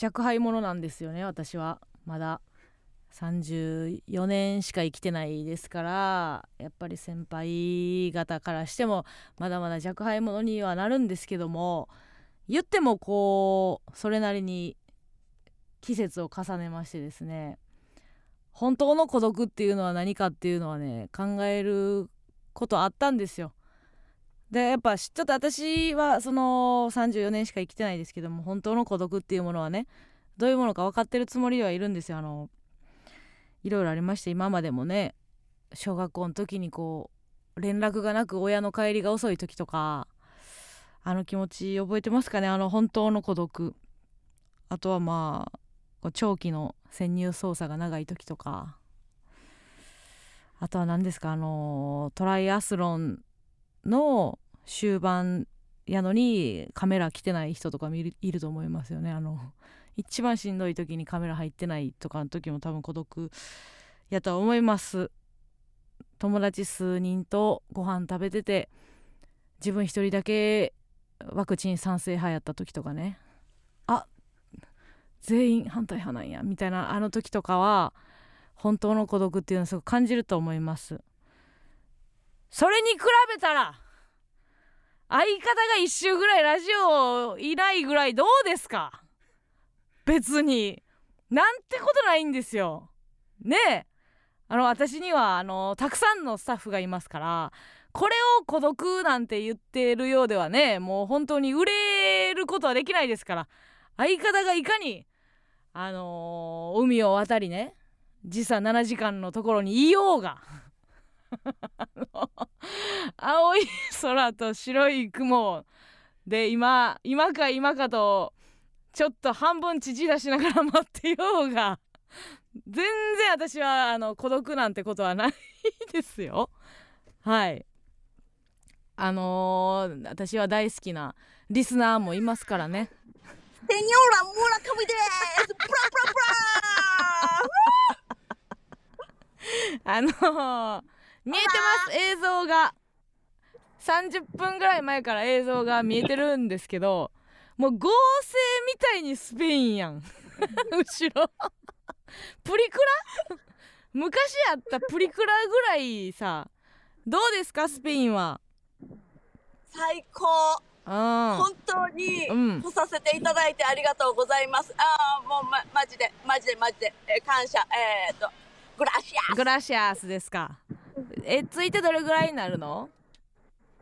若輩者なんですよね私はまだ34年しか生きてないですからやっぱり先輩方からしてもまだまだ若輩者にはなるんですけども言ってもこうそれなりに季節を重ねましてですね本当の孤独っていうのは何かっていうのはね考えることあったんですよ。でやっぱちょっと私はその34年しか生きてないですけども本当の孤独っていうものはねどういうものか分かってるつもりではいるんですよ。あのいろいろありまして今までもね小学校の時にこう連絡がなく親の帰りが遅い時とかあの気持ち覚えてますかねあの本当の孤独あとはまあこう長期の潜入捜査が長い時とかあとは何ですかあのトライアスロンの終盤やのにカメラ来てない人とかもいるいると思いますよねあの一番しんどい時にカメラ入ってないとかの時も多分孤独やとは思います友達数人とご飯食べてて自分一人だけワクチン賛成派やった時とかねあ全員反対派なんやみたいなあの時とかは本当の孤独っていうのをすごく感じると思いますそれに比べたら相方が一周ぐらいラジオいないぐらいどうですか別になんてことないんですよねえあの私にはあのたくさんのスタッフがいますからこれを孤独なんて言ってるようではねもう本当に売れることはできないですから相方がいかにあのー海を渡りね時差7時間のところにいようが あの青い空と白い雲で今今か今かとちょっと半分縮出しながら待ってようが全然私はあの孤独なんてことはないですよはいあのー私は大好きなリスナーもいますからね Señora Murakami ですプラプラプラあのー見えてます映像が30分ぐらい前から映像が見えてるんですけどもう合成みたいにスペインやん後ろプリクラ昔やったプリクラぐらいさどうですかスペインは最高うん本当にうん来させていただいてありがとうございますああもうまマジでマジでマジで、えー感謝えー、っとグラシアグラシアスですかえついてどれぐらいになるの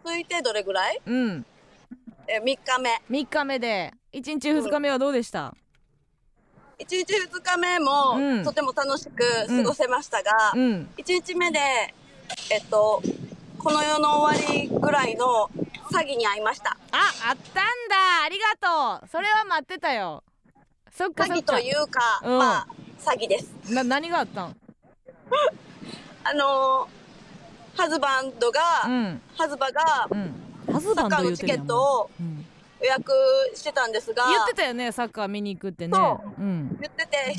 続いてどれぐらい、うんえー、3日目3日目で1日2日目はどうでした1日2日目うんもとても楽しく過ごせましたが、うん1日目でえっとこの世の終わりぐらいの詐欺に遭いましたあ、あったんだ。ありがとう。それは待ってたよ。そっか詐そっ欺かと。いうか、うんまあ詐欺ですな何があったん？あのーハズバンドが、うんハズバがうん。ハズサバッンカド言ーのうチてるケやんットをもううん予約してたんですが言ってたよね。サッカー見に行くってね。そうん。言ってて1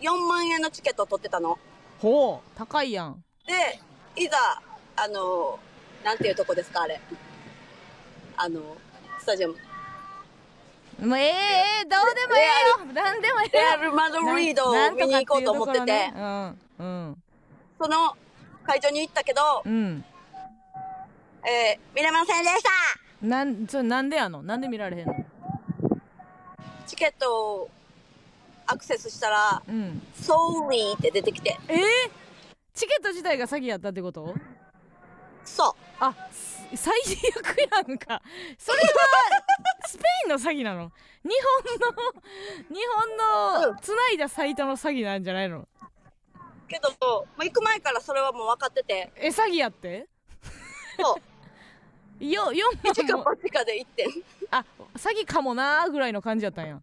人4万円のチケットを取ってたのほう。高いやん。でいざあのーなんていうとこですかあれあのースタジアムもうええええどうでもええよ。なんでもええレよ。アル・マドリードを見に行こうと思ってなんとかってていうところねその会場に行ったけど、うんうんえー、見れませんでしたうん。なんそれなんでやの？なんで見られへんの？チケットをアクセスしたらうん。 「ソーリー」って出てきてええチケット自体が詐欺やったってこと？そうあす最悪やんかそれはスペインの詐欺なの日本の日本のつないだサイトの詐欺なんじゃないのけど、まあ、行く前からそれはもう分かってて、え詐欺やってそう、よ一4か万も八かで行ってん。いあ詐欺かもなーぐらいの感じやったんや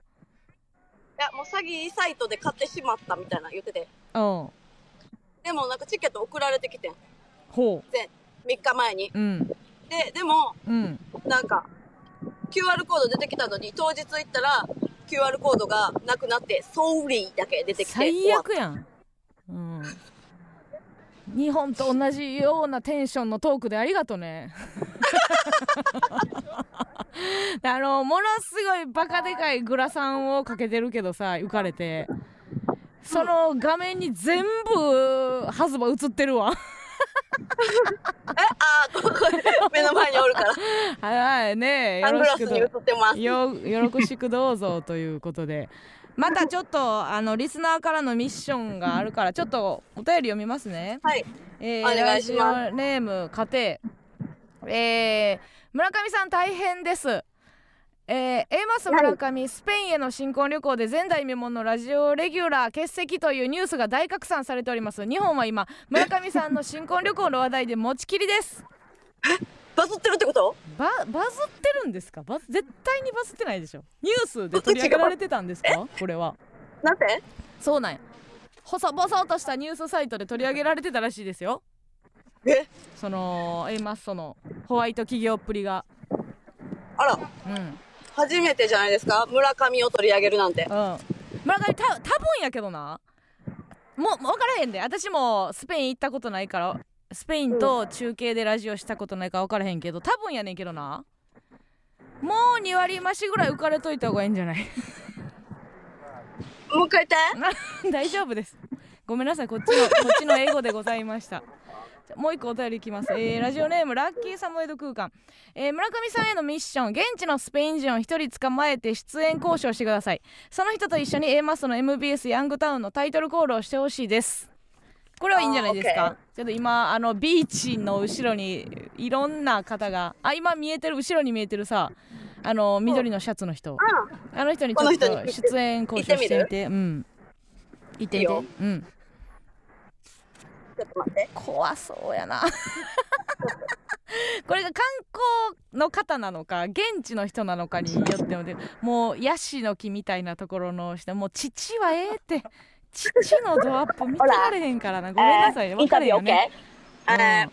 や、もう詐欺サイトで買ってしまったみたいな言ってて。うんでもなんかチケット送られてきてん。3ほ日前に。ううんで、でも、うんなんか、QR コード出てきたのに、当日行ったら、QR コードがなくなって、ソーリーだけ出てきて。最悪やんうん日本と同じようなテンションのトークでありがとねあのものすごいバカでかいグラサンをかけてるけどさ浮かれてその画面に全部ハズバ映ってるわえあーここ目の前におる からはいねサよングろしラくスに映ってますどよよろしくどうぞということでまたちょっとあのリスナーからのミッションがあるからちょっとお便り読みますねはいえー、お願いしますラジオネーム家庭、えー、村上さん大変です。えー、A マス村上、スペインへの新婚旅行で前代未聞のラジオレギュラー欠席というニュースが大拡散されております日本は今村上さんの新婚旅行の話題で持ちきりですバズってるってことババズってるんですかバズ絶対にバズってないでしょニュースで取り上げられてたんですかこれはなんてそうなんや細々としたニュースサイトで取り上げられてたらしいですよえその A マッソのホワイト企業っぷりがあらうんうん初めてじゃないですか村上を取り上げるなんて村上た多分やけどなもう分からへんで私もスペイン行ったことないからスペインと中継でラジオしたことないから分からへんけど多分やねんけどなもう2割増しぐらい浮かれといた方がいいんじゃないもう一回言って 大丈夫ですごめんなさいこっちのこっちの英語でございましたじゃもう一個お便りいきます、えーラジオネームラッキーサムエド空間、えー村上さんへのミッション現地のスペイン人を一人捕まえて出演交渉してくださいその人と一緒に A マストの MBS ヤングタウンのタイトルコールをしてほしいですこれはいいんじゃないですあーかちょっと今あのビーチの後ろにいろんな方があ今見えてる後ろに見えてるさあの緑のシャツの人あの人にちょっこの人とに出演交渉して行みってうん行っていみていようんちょっと待って怖そうやな これが観光の方なのか現地の人なのかによってもでもうヤシの木みたいなところの人もう父はええ って父のドアップ見てられへんからなごめんなさいね、イ分ンタかれビへんューよ OK? ね、えー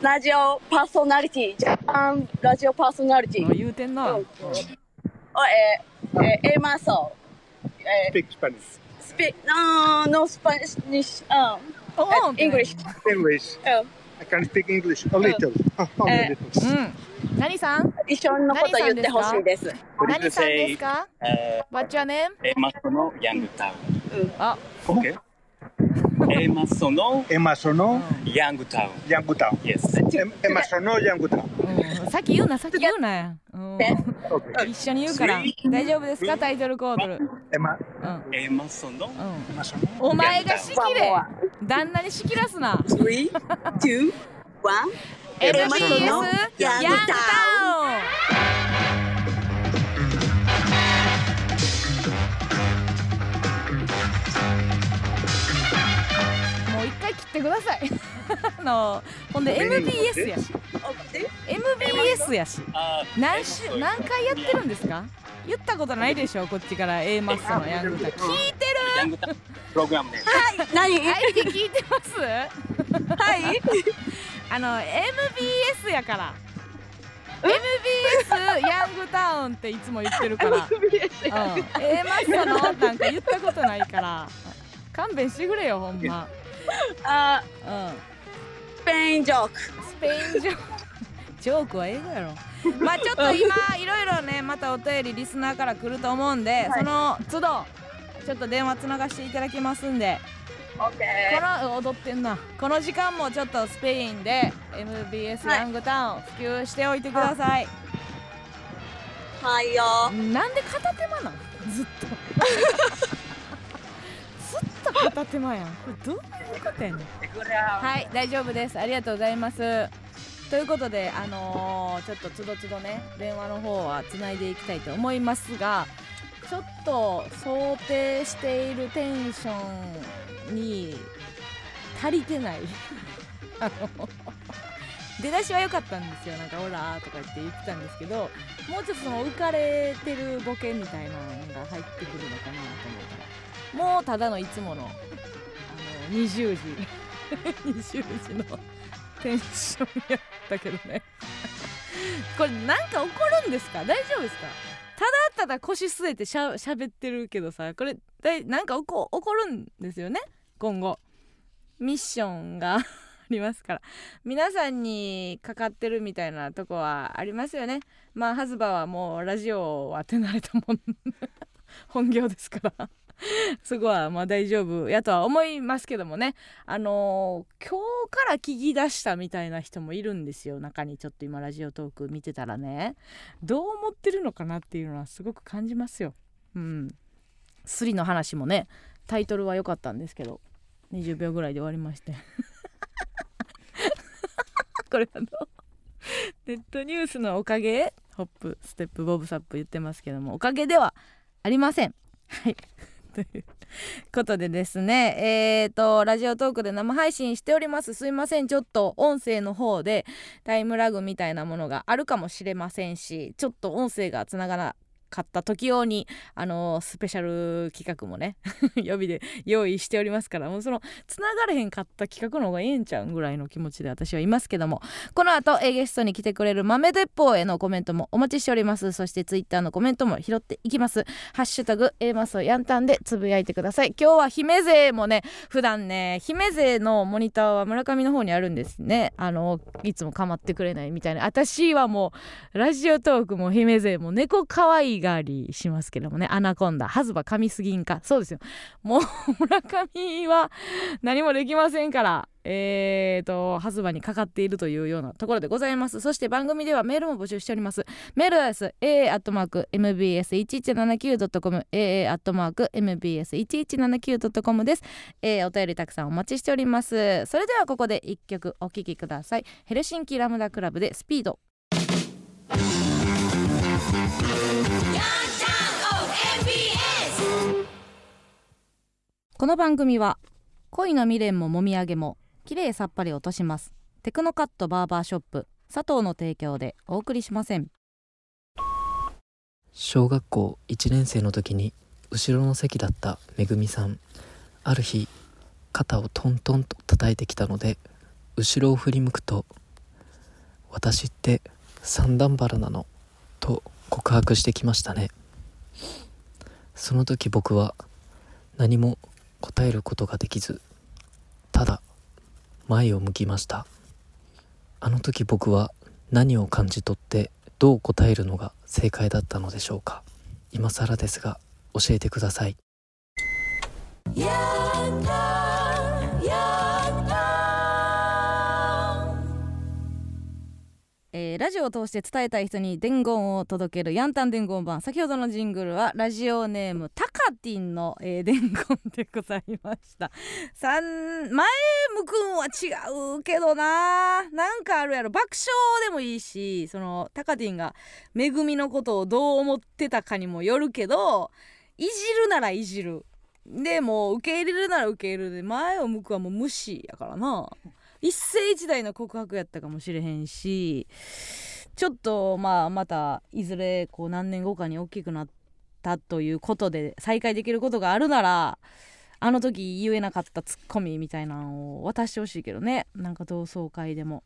ラジオパーソナリティジャパンラジオパーソナリティうん、言うてんな、うんあえーえー、エマソえー Speak Spanish. スピあーノースパニッシュおうんイングリッシュ English. うん I can speak English a little. Only a little. mm. うん何さん一緒のこと言ってほしいです何さんですか Eh, What's your name? es más sonó Young Town. あ ¿Cómo? Okay. Es más sonó Emma sonó Young Town. Yangutao. Yes. Em- Emma sonó Yangutao. うんさっき言うなさっき言うなや、うんえ Okay. 一緒に言うから大丈夫ですかタイトルコードル、 Emma, うんうん、 Es más sonó マソノお前が仕切ワンれモア旦那に仕切らすな three two one MBS マソノヤングタヤングウンもう一回切ってください あのほんで MBS やし MBS やし Ah, 何 es し más sonó. 何回やってるんですか言ったことないでしょこっちから A マストのヤングタウン聞いて Young Town Program name. はい何る相手聞いてますはいあの MBS やから MBS ヤングタウンっていつも言ってる から MBS うん A マッソのなんか言ったことないから勘弁してくれよほんま、あうースペインジョークん、スペインジョークジョークは英語やろまあちょっと今いろいろねまたお便りリスナーから来ると思うんで、その都度ちょっと電話つながしていただきますんで OK この踊ってんなこの時間もちょっとスペインで MBS はいヤングタウン普及しておいてくださいはいよなんで片手間なのずっと ずっと片手間やんこれどういうことやねんはい大丈夫ですありがとうございますということであのーちょっとつどつどね電話の方はつないでいきたいと思いますがちょっと想定しているテンションに足りてない あの出だしは良かったんですよなんか「オラ」とか言って言ってたんですけどもうちょっとその浮かれてるボケみたいなのが入ってくるのかなと思ったらもうただのいつものあの20時 20時のテンションやったけどね これなんか怒るんですか大丈夫ですかただただ腰据えてしゃ喋ってるけどさこれだいなんか怒怒るんですよね今後ミッションが りますから皆さんにかかってるみたいなとこはありますよねまあハズバはもうラジオは手慣れたもん本業ですから そこはまあ大丈夫やとは思いますけどもねあのー今日から聞き出したみたいな人もいるんですよ中にちょっと今ラジオトーク見てたらねどう思ってるのかなっていうのはすごく感じますよ。うん、スリの話もねタイトルは良かったんですけど20秒ぐらいで終わりまして これあのネットニュースのおかげホップステップボブサップ言ってますけどもおかげではありません。はい ということでですねえー、とラジオトークで生配信しておりますすいませんちょっと音声の方でタイムラグみたいなものがあるかもしれませんしちょっと音声がつながらなかった時用にあのスペシャル企画もね 予備で用意しておりますからもうそのつながれへんかった企画の方がええんちゃうんぐらいの気持ちで私はいますけどもこの後えーゲストに来てくれる豆鉄砲へのコメントもお待ちしておりますそしてツイッターのコメントも拾っていきますハッシュタグ A マスをやんたんでつぶやいてください今日は姫勢もね普段ね姫勢のモニターは村上の方にあるんですねあのいつも構ってくれないみたいな私はもうラジオトークも姫勢も猫可愛がりしますけどもねアナコンダハズバ噛みすぎんかそうですよもう村上は何もできませんからえーとハズバにかかっているというようなところでございますそして番組ではメールも募集しておりますメールアドレス a.mbs1179.com a.mbs1179.com です、えーお便りたくさんお待ちしておりますそれではここで一曲お聴きくださいヘルシンキラムダクラブでスピードこの番組は恋の未練ももみあげもきれいさっぱり落としますテクノカットバーバーショップ佐藤の提供でお送りしません小学校1年生の時に後ろの席だっためぐみさんある日肩をトントンと叩いてきたので後ろを振り向くと「私って三段腹なの」と告白してきましたねその時僕は何も答えることができずただ前を向きましたあの時僕は何を感じ取ってどう答えるのが正解だったのでしょうか今更ですが教えてくださいえーラジオを通して伝えたい人に伝言を届けるヤンタン伝言版先ほどのジングルはラジオネームタカティンの、えー伝言でございましたさん前向くんは違うけどななんかあるやろ爆笑でもいいしそのタカティンがめぐみのことをどう思ってたかにもよるけどいじるならいじるでもう受け入れるなら受け入れるで前を向くはもう無視やからな一世一代の告白やったかもしれへんしちょっとまあまたいずれこう何年後かに大きくなったということで再会できることがあるならあの時言えなかったツッコミみたいなのを渡してほしいけどねなんか同窓会でも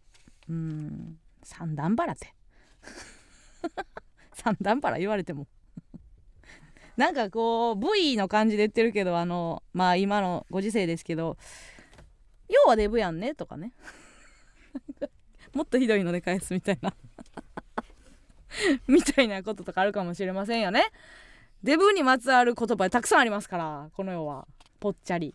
うん三段腹って 三段腹言われても なんかこう V の感じで言ってるけどあのまあ今のご時世ですけど要はデブやんねとかね もっとひどいので返すみたいな みたいなこととかあるかもしれませんよねデブにまつわる言葉たくさんありますからこの世はぽっちゃり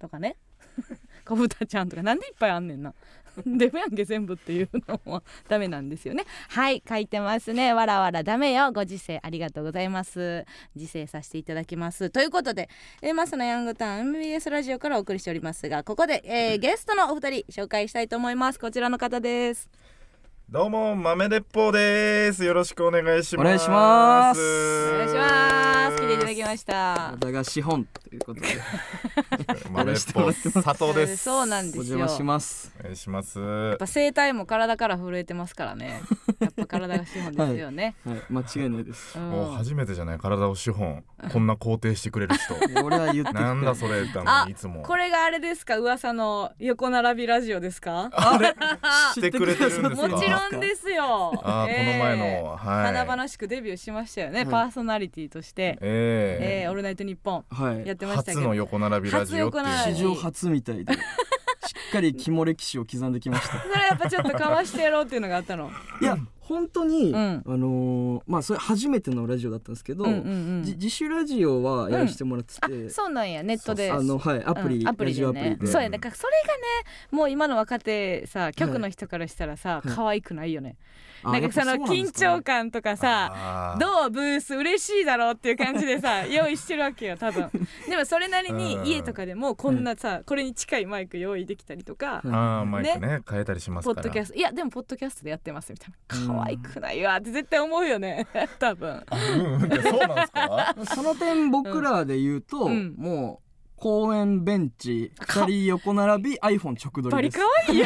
とかね 小豚ちゃんとかなんでいっぱいあんねんな デブやんけ全部っていうのはダメなんですよねはい書いてますねわらわらダメよご時世ありがとうございます自制させていただきますということでえーマスのヤングタウン MBS ラジオからお送りしておりますがここで、えーゲストのお二人紹介したいと思いますこちらの方ですどうも豆鉄砲です。よろしくお願いします。お願いしますお願いします来ていただきましあたなたが資本という ことで豆鉄砲佐藤です。そうなんですおよ邪魔します。お願いします。やっぱ声帯も体から震えてますからねやっぱ体が資本ですよね、はい、間違いな いです。うんもう初めてじゃない体を資本こんな肯定してくれる 人俺は言ってきたなんだそれだあのにいつもこれがあれですか噂の横並びラジオですかしてくれてるんですもかちろんですよあー、ええこの前のはい華々しくデビューしましたよね、はいパーソナリティとして「ええーオールナイトニッポンは」やっい。てましたけ初どの横並びラジオっていう初横並史び上初みたいで。しかり肝歴史を刻んできましたそれはやっぱちょっとかわしてやろうっていうのがあったの。いや本当に、うんあのーまあそれ初めてのラジオだったんですけど、うんうんじ自主ラジオはやらせてもらってて、うん。あ、そうなんや。ネットで。あのはいアプリ、うんアプリラジでオアプリねでそうやだからそれがねもう今の若手さ局の人からしたらさ、はい可愛くないよね、あなんかそのやっぱうなんで緊すかね張感とかさあーどうブース嬉しいだろうっていう感じでさ用意してるわけよ多 分でもそれなりにうん家とかでもこんなさ、これに近いマイク用意できたりとか、うんあーマイクね変えたりしますポかッら ドキャストいやでもポッドキャストでやってますみたいな可愛くないわって絶対思うよ ね多分うんうんいやそうなんですかその点僕らで言うと、うんもう公園ベンチ2人横並び iPhone 直撮バりリです可愛い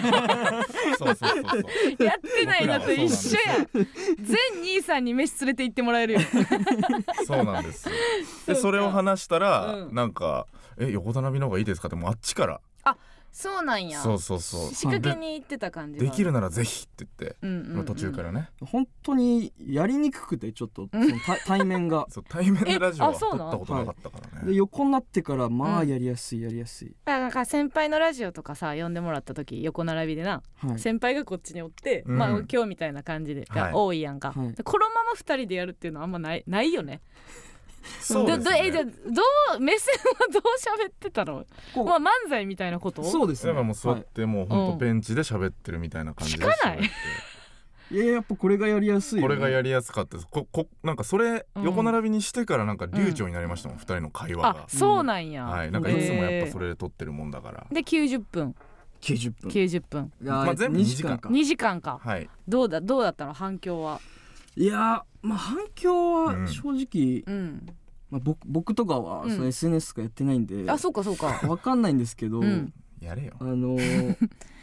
よそうそうそうそうやってないのと一緒や全兄さんに飯連れて行ってもらえ るよそうなんです そうでかそれを話したら、うんなんか「え横並びの方がいいですか?」ってもうあっちからそうなんやそうそうそう仕掛けに行ってた感じでができるならぜひって言って、うんうんうんもう途中からね 本当にやりにくくてちょっとその対対 面がそう対面でラジオはえあそうなの撮ったことなかったからでね、横になってからまあうんやりやすいやりやすい、あなんか先輩のラジオとかさ呼んでもらった時横並びでな、はい、先輩がこっちにおって、うんまあ今日みたいな感じではいが多いやんか、はいでこのまま二人でやるっていうのはあんまないないよねそうですどどえじゃあねどう目線はどう喋ってたの、こうまあ、漫才みたいなことそうですだねからもう座はってもうほんとベンチで喋ってるみたいな感じで聞かない喋ってい、いややっぱこれがやりやすいよこね、れがやりやすかったですここなんかそれうん横並びにしてからなんか流暢になりましたもん、二人の会話あが、そうなんや、はいなんかいつもやっぱそれで撮ってるもんだから、えーで90分90分90分まあ全部2 2時時間間か2時間かはいどうだどうだったの反響はいやまあ反響は正直、うんまあ、僕僕とかはうんその SNS とかやってないんで、あそうかそうかわかんないんですけど、うん やれよあのー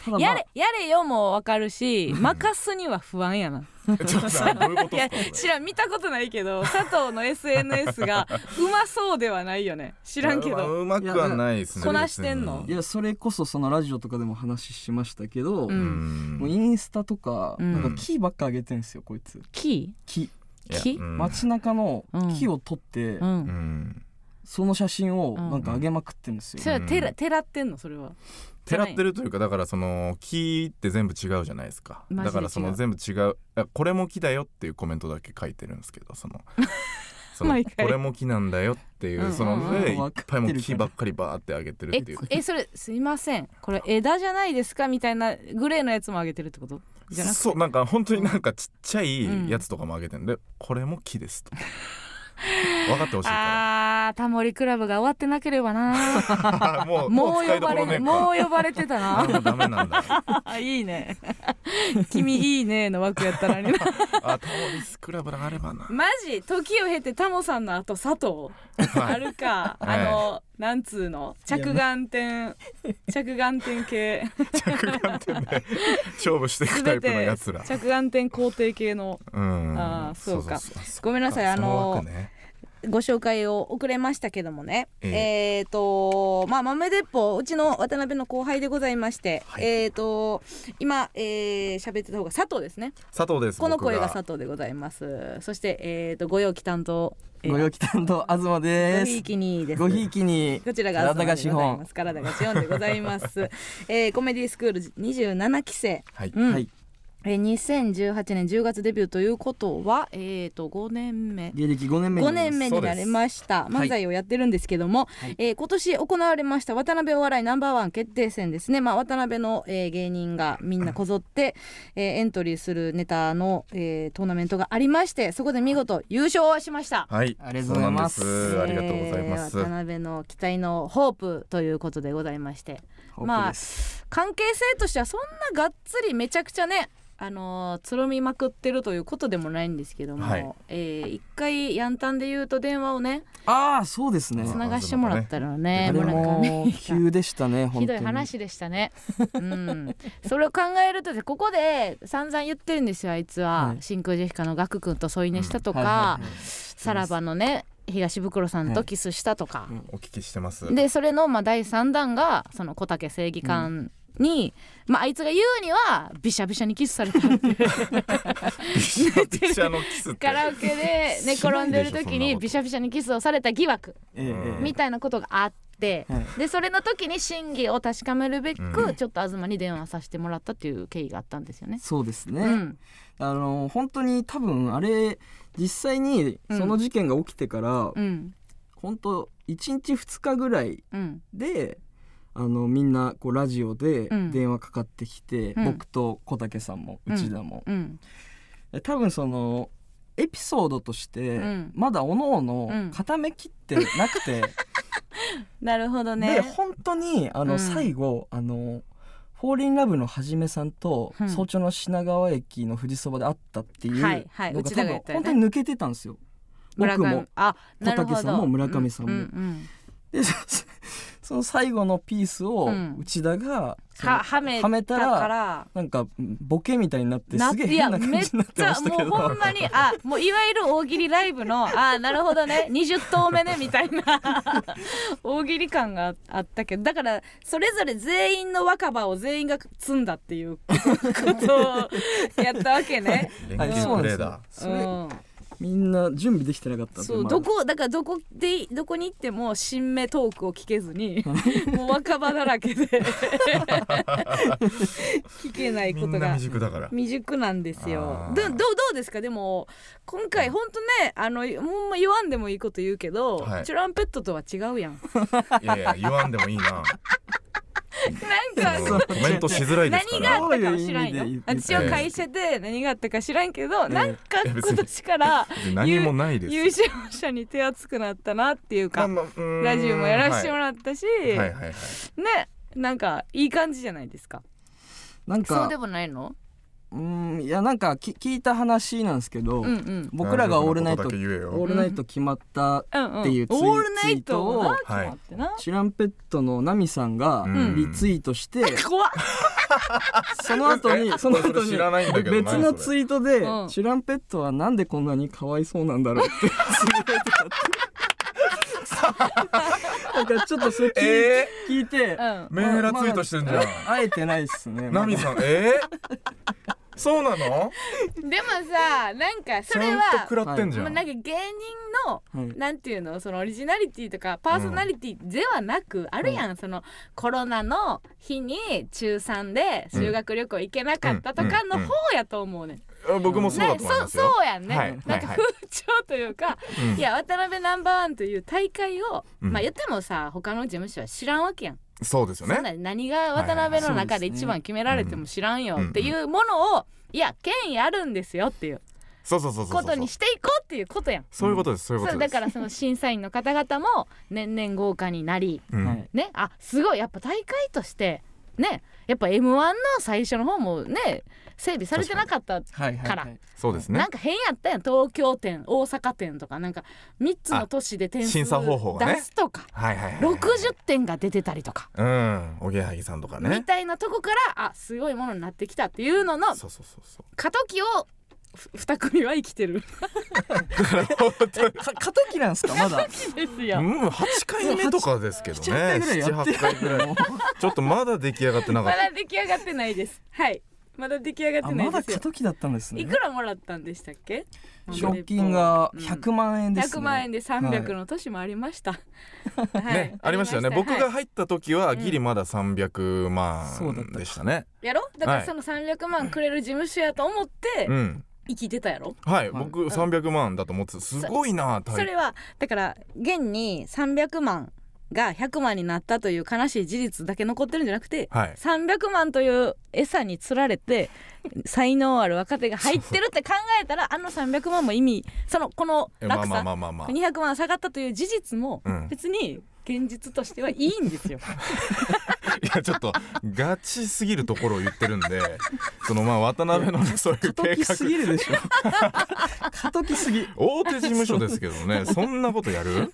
ただまあやれやれよもわかるし 任すには不安やなちょっとさどういうこいとでやすかそれ知らん見たことないけど佐藤の SNS がうまそうではないよね知らんけまあどうまくはないですねこなしてんの別いにやそれこそそのラジオとかでも話しましたけど、うんんもうインスタとか、うんなんか木ばっか上げてんですよこいつキ木いや木うん街中のうん木を取って、ーううんんその写真をうんなんか上げまくってんですよ、それはてらてらってんのそれはてらってるというかだからその木って全部違うじゃないですかマジで違うだからその全部違うあこれも木だよっていうコメントだけ書いてるんですけどそ のその毎回これも木なんだよっていうんうその上でいわっかってるかぱらいもう木ばっかりバーってあげてるえっていうえそれすいませんこれ枝じゃないですかみたいなグレーのやつもあげてるってことじゃなくそうなんか本当になんかちっちゃいやつとかもあげてるんで、これも木ですと 分かってほしいかあータモリクラブが終わってなければなら もうもう呼使いばどこれろねてえもかう呼ばれてたあ なもうダメなんだあいいね君いいねの枠やったらになあタモリスクラブがあれ ばな、マジ時を経てタモさんの後佐藤はあい、るか、はいあの、なんつうの、着眼点、着眼点系、着眼点で勝負していくすタべイプのてやつら着眼点肯定系の。うんあーそうかそうそうごめんなさいあのそう枠ねご紹介を遅れましたけどもね、ええっ、とまあ豆鉄砲うちの渡辺の後輩でございまして、はいえっ、と今えー喋ってた方が佐藤ですね。佐藤ですこの声が僕佐藤でございます。そしてえっ、とご用期担当、えー ご陽気担当東でごすひいきにです。ごひいきにこちらが体東がで資ございま本す。体が資本でございます。 えー、コメディスクール27期生。はいうんはえいー2018年10月デビューということは、えー、と5年目芸歴5年目5に年なります目になりました漫才をやってるんですけども、えー今年行われました渡辺お笑いナンバーワン決定戦ですね、まあ、渡辺の、えー芸人がみんなこぞって、えーエントリーするネタの、えートーナメントがありましてそこで見事優勝しました。はいありがとうございますそうなんですありがとうございます、えー渡辺の期待のホープということでございましてホープまあです関係性としてはそんながっつりめちゃくちゃねあのーつろみまくってるということでもないんですけども、はいえー一回ヤンタンで言うと電話をねああーそうですねつながしてもらったのねあれ村も上急でしたね本 ひ当どにい話でしたね、うん、それを考えるとでここで散々言ってるんですよあいつは、はい真空ジェシカのガク君と添い寝したとか、はいはいはいさらばのね東袋さんとキスしたとか、お聞きしてますでそれのまあ第3弾がその小竹正義感に、まああいつが言うにはびしゃびしゃにキスされたって いうピシャピシャのキスってカラオ ケで寝転んでる時しなにいでしょそんなことびしゃびしゃにキスをされた疑惑ええええみたいなことがあっって、はいでそれの時に真偽を確かめるべく、うちょっと東に電話させてもらったっていう経緯があったんですよね。そうですね、うん、あの本当に多分あれ実際にその事件が起きてから、うん、本当1日2日ぐらいうん、であのみんなこうラジオでうん電話かかってきて、うん僕と小竹さんもうん内田も、うん、え多分そのエピソードとして、うんまだおのおうんの固めきってなくて、なるほどで ね。本当にあの、うん最後あの「フォーリンラブのはじめさんと、うん早朝の品川駅の富士そばで会ったっていうのが、はいはい内田が言多ったよね分本当に抜けてたんですよ。村僕上もあ、なるほど小竹さんも村上さんもううんでそ その最後のピースをうん内田うが、んそのははめはめたたらから。なんかボケみたいになってなすげえ変な感めっじになってちまゃしたけもうどほんまにあもういわゆる大喜利ライブのあなるほどね20投目ねみたいな 大喜利感があったけどだからそれぞれ全員の若葉を全員が積んだっていう ことをやったわけね。連はい携そプうなんレでーすだよ。それうん、 みんな準備できてなかったんでそうまあどこだからどこでどこに行っても新芽トークを聞けずに もう若葉だらけで 聞けないみことんがな未熟だから。未熟なんですよあ。ーどどうどうですかでも今回本当ねあのほんま言わんでもいいこと言うけど、はいチュランペットとは違うやん。いやいや言わんでもいいな。なんそかうコメントしづらいですか何がら。あったかは知らんどよういう意味で言っ。て私は会社で何があったか知らんけど、えなんかいや別に今年から何もないですよ。優勝者に手厚くなったなっていうか、まあまあうーんラジオもやらせてもらったし、はいはいはいはい。ねなんかいい感じじゃないですか。なんそうかでもないの？うーんいやなんかき聞いた話なんですけど、うんうん僕らがオールナイ大丈夫なことトだけ言えオーよ。ルナイト決まったうんうん。っていうツイオールナイトをなツ決まってな。チュランペットのナミさんがうんリツイートして、 怖っ。その後にその後それに知らないんだけど別のツイートで、うんチュランペットはなんでこんなにかわいそうなんだろうって つぶやいてたって。なんかちょっとそれ聞,、え聞いて、うん。メンヘラツイートしてんじゃん。会えてないっす ね。ナミさんえー？ そうなの？でもさなんかちそれゃんはと食らってんじゃ。もうんなんか芸人のはいなんていうのそのオリジナリティとかパーソナリティではなく、あるやん、そのコロナの日に中3で修学旅行行けなかったとかのうんうん方やと思うねん、あ僕もそうだねと思いそますよ。そうやんね、はいなんかは風い潮というか、うんいや渡辺ナンバーワンという大会を、うんまあ言ってもさ他の事務所は知らんわけやんそうですよそんなね。何が渡辺の中で一番決められても知らんよっていうものをいや権威あるんですよっていうそうそうそうそうそう。ことにしていこうっていうことやん。そういうことですそういうこそとうでだす。からその審査員の方々も年々豪華になりうんはいねあすごいやっぱ大会としてねやっぱ m 1の最初の方もね整備されてなかったはいはいかはらい。そうですねな。んか変やったやん東京店大阪店とかなんか3つの都市で点数審査方法がね出すとかはいはいはい。 60点が出てたりとか。うん。おぎやはぎさんとかみね。たいなとこからあすごいものになってきたっていうののそうそうそ うそう。過渡期をふ二組は生きてるか過渡期なんですか まだ。ですうよ。ん、八回目とかですけど7ね。回ぐらいやって7 8回ぐらい。 ちょっとまだ出来上がってなかまった。だ出来上がってないです。はい。まだ出来上がっあてなまいだですよ過。渡期だったんですねいく。らもらったんでしたっけ？賞金がうん100万円です100ね。万円で300の年もありました。はいね、ありましたよね。僕はが入った時はギリまだ三百そうだっ万たでしたね。いやろ？だからはいその300万くれる事務所やと思ってうん。生きてたやろ。はい、はい僕三百万だと思ってたすごいな、そ大れはだから現に300万が100万になったという悲しい事実だけ残ってるんじゃなくて、はい300万という餌に釣られ て才能ある若手が入ってるって考えたらあの300万も意味そのこのえまあ落まあ差まあまあ まあ。 200万下がったという事実もうん別に現実としてはいいんです よ。いやちょっとガチすぎるところを言ってるんで、そのまあ渡辺のねそういう過渡計期画すぎるでしょ。過渡期すぎ。大手事務所ですけどね、そんなことやる？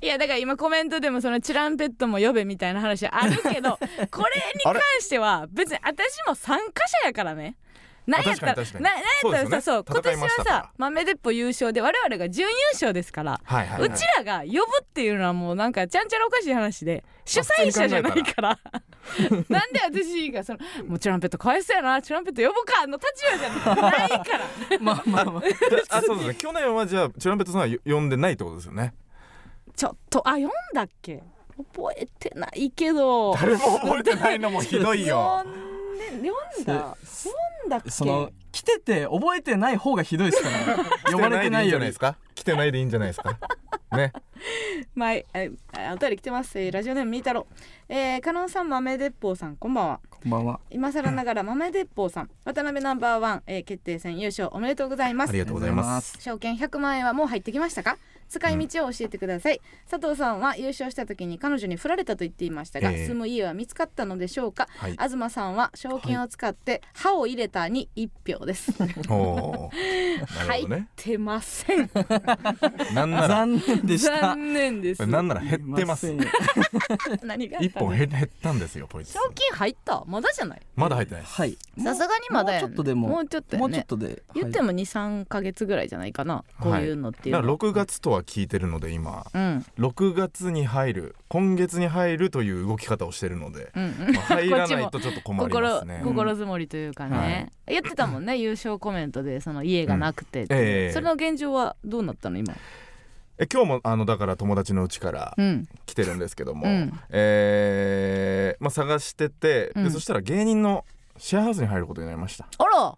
いやだから今コメントでもそのチランペットも呼べみたいな話あるけ どこれに関しては別に私も参加者やからね。なんやったらあ確かに確かにななんやったらさそう,、そうです今年よね戦いまはしたからさ豆鉄砲優勝で我々が準優勝ですから、はいはい、はいうちらが呼ぶっていうのはもうなんかちゃんちゃらおかしい話で主催者じゃないからなんで私がその「もうチランペット返すやなチランペット呼ぶか」の立場じゃないから。まあまあまあ。あそうですね。去年はじゃあチュランペットさんは呼んでないってことですよね。ちょっとあ読んだっけ覚えてないけど誰も覚えてないのもひどいよ読んで読んだ読んだっけその来てて覚えてない方がひどいですからね呼ばれてないより来てないでいいんじゃないですか来てないでいいんじゃないですかねまあ、えあお便り来てます、えーラジオネームみーたろう、えー、加納さん豆鉄砲さんこんばんはこんばんは今更ながら豆鉄砲さん渡辺ナンバーワン、えー決定戦優勝おめでとうございまあすりがとうございます証券100万円はもう入ってきましたか使い道を教えてください、佐藤さんは優勝した時に彼女に振られたと言っていましたが、ええ住む家は見つかったのでしょうか、はい東さんは賞金を使って歯を入れたに一票です、おーなる入ほっどねてませんなんなら残念でした残念ですなんなら減ってますいません何があったんだ一本減減ったんですよこいつ賞金入ったまだじゃないまだ入ってないですはいさすがにまだやもうちょっとでももうちょっともやうちょねっとで言っても23か月ぐらいじゃないかなこういうのっていうだからのは、 6月とは聞いてるので今うん6月に入る今月に入るという動き方をしてる ので、うんうんまあ、入らないとちょっと困りま心すね心づもりというかね、言ってたもん ね優勝コメントでその家がなくてって、ええそれの現状はどうなったの今え今日もあのだから友達のうちからうん来てるんですけども、うんえーまあ、探しててで、うんそしたら芸人のシェアハウスに入ることになりました、あら、は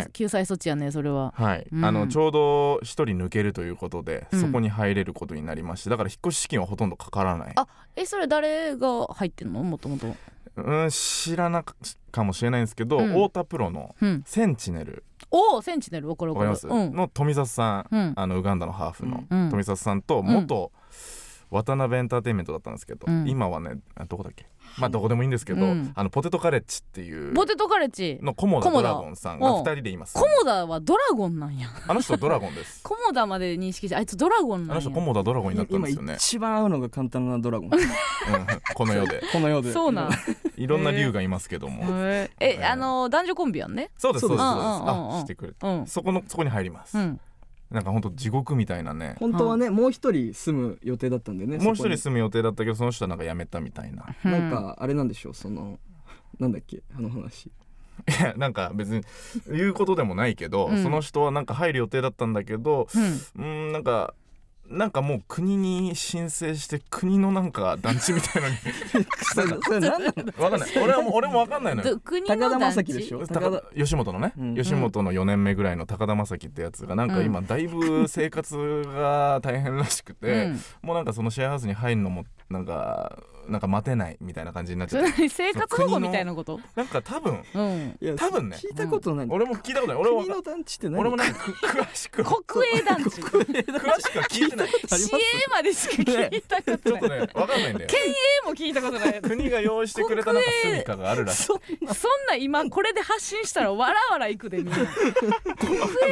い救救済措置やねそれははいうんあのちょうど1人抜けるということで、うんそこに入れることになりましてだから引っ越し資金はほとんどかからないあえそれ誰が入ってんのもともとうん知らなかかもしれないんですけど、うん太田プロのうんセンチネルおおセンチネルわかるわわかかるりまうす、んの富里さんうんあのウガンダのハーフのうん富里さんと元渡辺エンターテインメントだったんですけど、うん今はねあどこだっけまあどこでもいいんですけど、うんあのポテトカレッジっていうポテトカレッジの菰田菰田ドラゴンさんがうん2人でいますコモダはドラゴンなんやあの人ドラゴンです コモダまで認識してあいつドラゴンあなんのや人菰田ドラゴンになったんですよ今ね、一番合うのが簡単なドラゴンうん、この世でこの世でそうなんいろんな竜がいますけども、へえええあの男女コンビやんねそうですそうですそうですそうですうんうんうんあしてくれたうんそこのそこに入ります、うんなんかほんと地獄みたいなね本当はねもう一人住む予定だったんでねもう一人そ住む予定だったけどその人はなんか辞めたみたいな こになんかあれなんでしょうそのなんだっけあの話いやなんか別に言うことでもないけど、うんその人はなんか入る予定だったんだけどうんうーんなんかなんかもう国に申請して国のなんか団地みたいなのに それそれ何なのわかんない俺はもう俺もわかんないのよど国高の田団正地樹でしょ高田吉本のね、うん吉本の4年目ぐらいの高田正樹ってやつがなんか今だいぶ生活が大変らしくて、うんもうなんかそのシェアハウスに入るのもなんかなんか待てないみたいな感じになっちそゃっれ て何 生活保護みたいなことなんか多分うんいや多分ね聞いたことない、俺も聞いたことない俺も国の団地って何俺もなんかく詳しくは国営団地詳しくは聞いてないあります市営までしか聞いたことちょなっいとね、わかんないんだ県よ。営も聞いたことない国が用意してくれたなんか住処があるらし い。そんな今これで発信したらわらわらいくでみんな国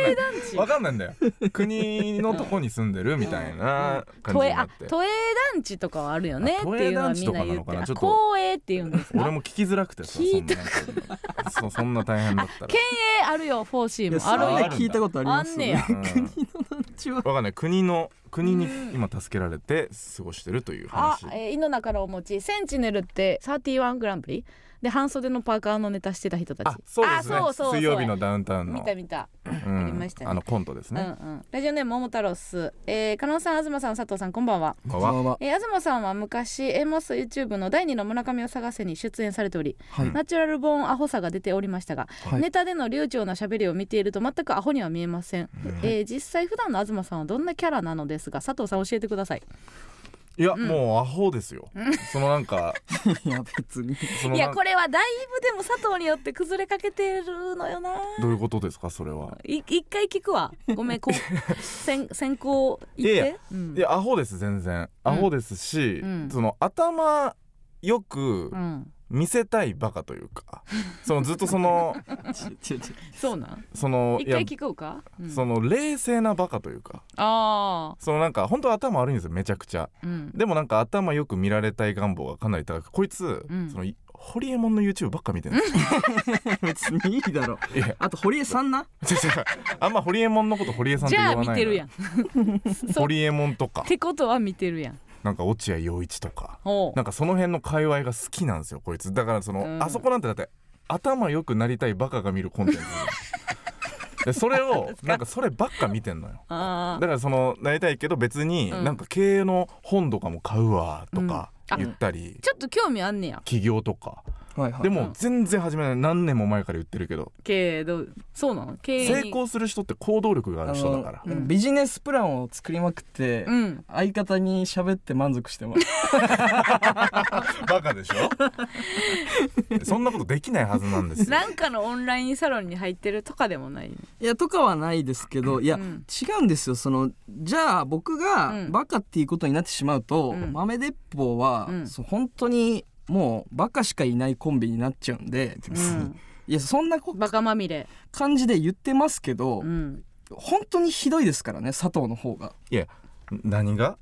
営団地わかんないんだよ。国のとこに住んでるみたいな感都じ営になっあて。都営団地とかはあるよねっていうのはみんな言っあ都営団地とかてなのかなあちょっと公営っていうんです俺かも聞きづらくてさ、聞いたそんななんかそうそんな大変だったら県。営あるよ 4C いやもそれあるあよるんはだ聞いたことありあまんすねやうんちはわかんない国の国に今助けられて過ごしてるというあ話、えー、井の中のお餅センチネルって31グランプリで半袖のパーカーのネタしてた人たちあそうですねあそうそうそう水曜日のダウンタウン見のた見た、うんありましたねあのコントですうんうね、んラジオネーム桃太郎っすえー、加納さん東さん佐藤さんこんばんはこんばんはまあまあえー、東さんは昔 A マス YouTube の第二の村上を探せに出演されており、はいナチュラルボーンアホさが出ておりましたが、はいネタでの流暢な喋りを見ていると全くアホには見えません、えー実際普段の東さんはどんなキャラなのですが佐藤さん教えてくださいいや、もうアホですよ、そのな んかいや別にそのいなやんこれはだいぶでも佐藤によって崩れかけてるのよなどういうことですかそれはい一回聞くわごめんこ う先先行行っていやいやうんいやアホです全然アホですし、うんその頭よくうん、見せたいバカという か、そのずっとそのちょちょそうなんその 一いや回聞こうか、うんその冷静なバカというかあそのなんか本当頭悪いんですよめちゃくちゃあうんでもなんか頭よく見られたい願望がかなり高くこいつ、うんそのホリエモンの YouTube ばっか見てるんですよ別にいいだろいやあと堀江さんな違う違う あんまホリエモンのことホリエさんっじて言ゃわあない見てるやんんそホっリエモンとかてことは見てるやんなんか落合陽一とかおうなんかその辺の界隈が好きなんですよこいつだからその、うんあそこなんてだって頭良くなりたいバカが見るコンテンツ でそれをなんかそればっか見てんのよあだあからそのなりたいけど別にうんなんか経営の本とかも買うわとか、あ言ったりちょっと興味あんねや起業とかはいはいでうんも全然始めない何年も前から言ってるけどけどそうなの経営に成功する人って行動力がある人だからのうんビジネスプランを作りまくって、うん相方に喋って満足してますバカでし ょそんなことできないはずなん ですよなんかのオンラインサロンに入ってるとかでもないね いやとかはないですけどいや、うん違うんですよそのじゃあ僕うがんバカっていうことになってしまうと、うん豆鉄砲は、うんそう本当にもうバカしかいないコンビになっちゃうんで、うんいやそんなこバカまみれ感じで言ってますけど、うん本当にひどいですからね佐藤の方がいや何が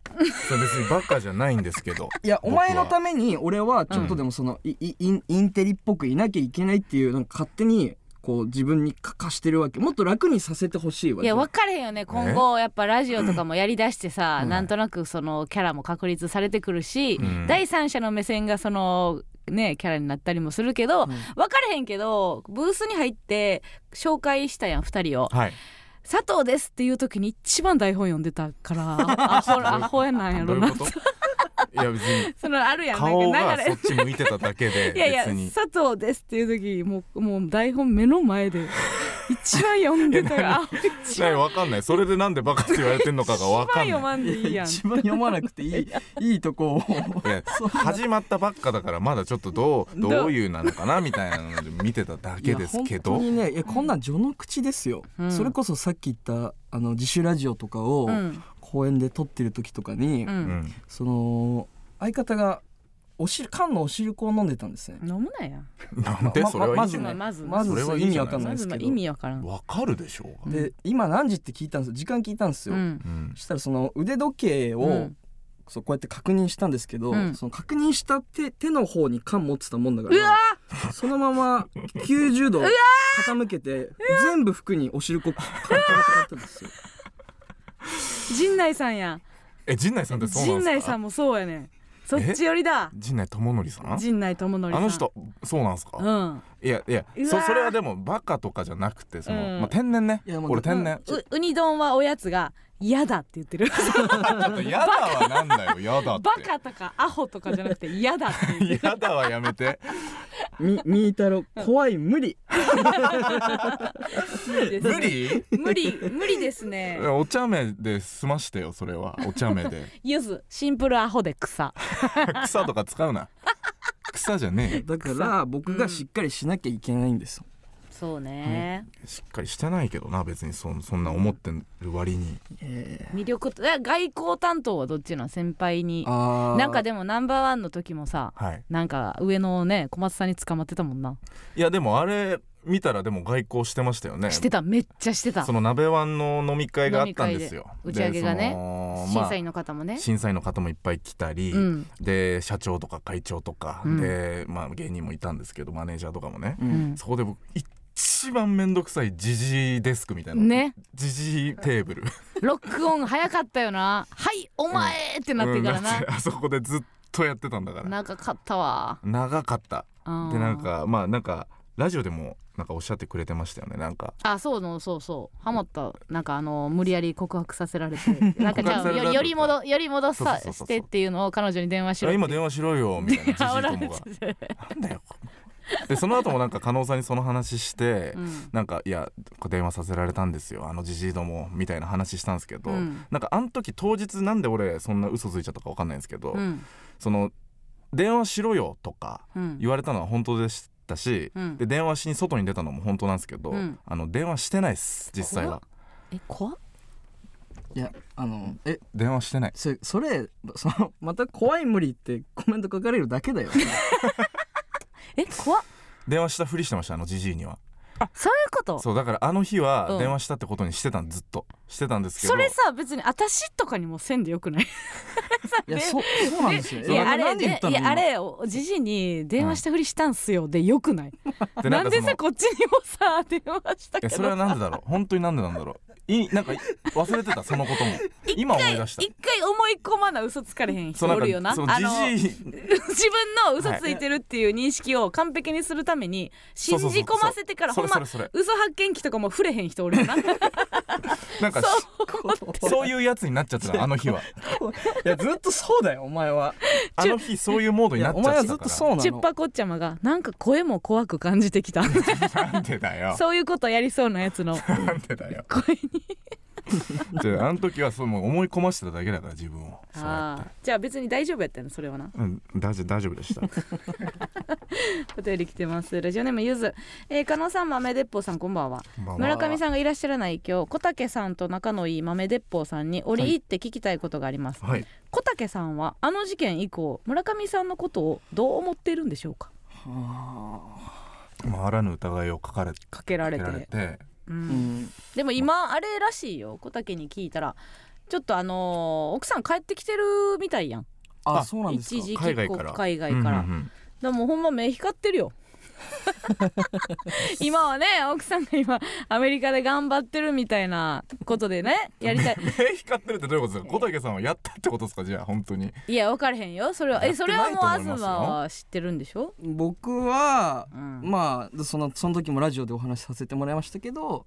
それ別にバカじゃないんですけど いやお僕は前のために俺はちょっとでもその、いいインインテリっぽくいなきゃいけないっていうなんか勝手にこう自分にか貸してるわけもっと楽にさせてほしいわいけや分かれへんよね今後やっぱラジオとかもやりだしてさ、うんなんとなくそのキャラも確立されてくるし、うん第三者の目線がそのねキャラになったりもするけど、うん分かれへんけどブースに入って紹介したやん2人をはい「佐藤です」っていう時に一番台本読んでたから アホアホやなんやどろういなうこといや別にそのあるやん顔ながんかそっち向いてただけでいやいや別に佐藤ですっていう時もうもう台本目の前で一番読ん でたらあ一ない番わかんないそれでなんでバカって言われてんのかがわ一番かん読ないまんでい いやん。一番読まなくていいいいとこをいや始まったばっかだからまだちょっとどう どうどういうなのかなみたいなので見てただけですけいやど本当にねいやこんなん序の口ですよ、うんそれこそさっき言ったあの自主ラジオとかをうん公園で撮ってる時とかに、うんうんその相方がおしる缶のお汁粉を飲んでたんですね。飲むなや。なんでまそれはいいまじずゃなねいままずずねそれそはれいい意じゃ味ないわかんないまでずすまあけ意ど、味わからん。わかるでしょうがうで今何時って聞いたんですよ時間聞いたんですよ、うん。うんそしたらその腕時計を、うんそうこうやって確認したんですけど、うんその確認した手手の方に缶持ってたもんだからそのまま90度傾けて全部服にお汁粉かかったんですよ。陣内さんや。え陣内さんってそうな陣んで内すさかんもそうやねん。そっち寄りだ。陣内智則さん陣内智則さん。あの。人そうなんすか、うん。いやいやうわーそそれはでもバカとかじゃなくてその、うんまあ、天然ねいやもう俺天然、うウニ丼はおやつが嫌だって言ってる。ちょっとやだはなんだよやだってバカとかアホとかじゃなくて嫌だって言ってる。やだはやめてみみーたろ怖い無理無理です無理無理無理ですね。お茶目で済ましてよそれはお茶目 でゆずシンプルアホで草。草とか使うな草じゃねえよだから僕がしっかりしなきゃいけないんですよ、そうね。しっかりしてないけどな別にそんそんな思ってる割にえ魅力とえ外交担当はどっちなん先輩にー。あーなんかでもナンバーワンの時もさ。はいなんか上のね小松さんに捕まってたもんな、いやでもあれ見たらでも外交してましたよねしてためっちゃしてたその鍋ワンの飲み会があったんですよ飲み会で打ち上げがねでそのま審あ査員の方もね、審査員の方もいっぱい来たり、うんで社長とか会長とか、うんで、まあ、芸人もいたんですけどマネージャーとかもね、ううんん、そこで僕一番面倒くさいジジイデスクみたいなねジジイテーブルロックオン早かったよ な「はいお前!」ってなってからうんなだってあそこでずっとやってたんだから長かったわ長かったででなんかまあなんかラジオでもなんかおっしゃってくれてましたよねなんかあそうのそうそうハマったなんかあの無理やり告白させられ てなんかじゃ告白あされたよより戻より戻そうそうさそうそうしてっていうのを彼女に電話しいろやって今電話しろよみたいなジジイ 煽られ友がなんだよこのでその後もなんか加納さんにその話して、うんなんかいや電話させられたんですよあのじじいどもみたいな話したんですけど、うんなんかあの時当日なんで俺そんな嘘ついちゃったかわかんないんですけど、うんその電話しろよとかうん言われたのは本当でしたし、うんで電話しに外に出たのも本当なんですけど、うんあの電話してないっす実際はえ怖っいやあのえ電話してないそれそれそのまた怖い無理ってコメント書かれるだけだよえ怖っ電話したふりしてましたあのじじいにはそういうことそうだからあの日うはん電話したってことにしてたんずっとしてたんですけどそれさ別に私とかにもせんでよくない いやそそうなんですよいやあななれんで言っでたいのやあ今れじじに電話したふりしたんすよでよくないでなんかでそのさこっちにもさ電話したいやけそれはどなんでだろう本当になんでなんだろういなんかい忘れてたそのことも今思い出した一回思い込まな嘘つかれへん人そうおるよんかなそ あののじじ自 い分の嘘ついてるっていう認識を完璧にするために信じ込ませてからそうほんそうそまうそれそれそれ 嘘発見器とかも触れへん人おるよななんかそういうやつになっちゃってた のあの日はいやずっとそうだよお前はあの日そういうモードいになやっちゃおってた前からはずっとそうなのちっぱこっちゃまがなんか声も怖く感じてきたなんでだよ そういうことやりそうなやつのなんでだよ声にじゃああの時はそうもう思い込ませてただけだから自分をそうやあっあじゃあ別に大丈夫やったのそれはなてうん大丈夫大丈夫で したお便り来てますラジオネームゆず、えー、加納さん豆鉄砲さんこんばんはまあまあ村上さんがいらっしゃらない今日小竹さんと仲のいい豆鉄砲さんに折り入って聞きたいことがあります、はい小竹さんはあの事件以降村上さんのことをどう思っているんでしょうかまああらぬ疑いをかかれかかけらけれてられてううんんでも今あれらしいよ小竹に聞いたらちょっとあのー奥さん帰ってきてるみたいやんああそうなんです一か時帰海外国から海外から、うんうんうんでもほんま目光っ てるよ今はね奥さんが今アメリカで頑張ってるみたいなことでねやりたい目光ってるってどういうことですか小竹さんはやったってことですかじゃあ本当 にいや分かれへんよそれはえやってそれなはいもと思いますよう東は知ってるんでしょ、僕はうん、まあそのその時もラジオでお話しさせてもらいましたけど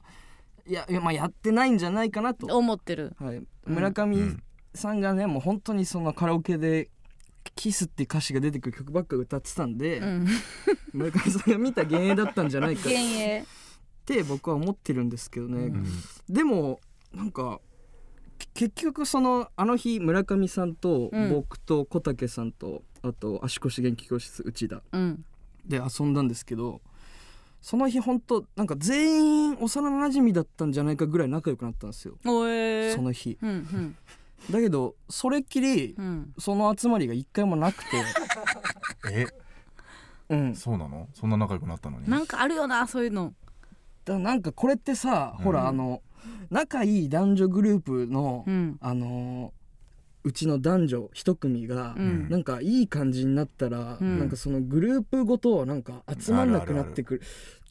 いやいやまあやってないんじゃないかなと、思ってるはい、村上さんがね、もう本当にそのカラオケで「キス」っていう歌詞が出てくる曲ばっか歌ってたんで、うん村上さんが見た幻影だったんじゃないかっ幻影て僕は思ってるんですけどね、うんでもなんかけ結局そのあの日村上さんとうん僕と小竹さんと、あと足腰元気教室内田うんで遊んだんですけどその日本当なんか全員幼なじみだったんじゃないかぐらい仲良くなったんですよおえその日うんうんだけどそれっきりうんその集まりが一回もなくてえうんだかそうなのそんな仲良くなったのになんかあるよなそういうのらなんかこれってさ、ほうんらあの仲いい男女グループの、うんあのうちの男女一組が、うんなんかいい感じになったら、うんなんかそのグループごとなんか集まんなくなってくる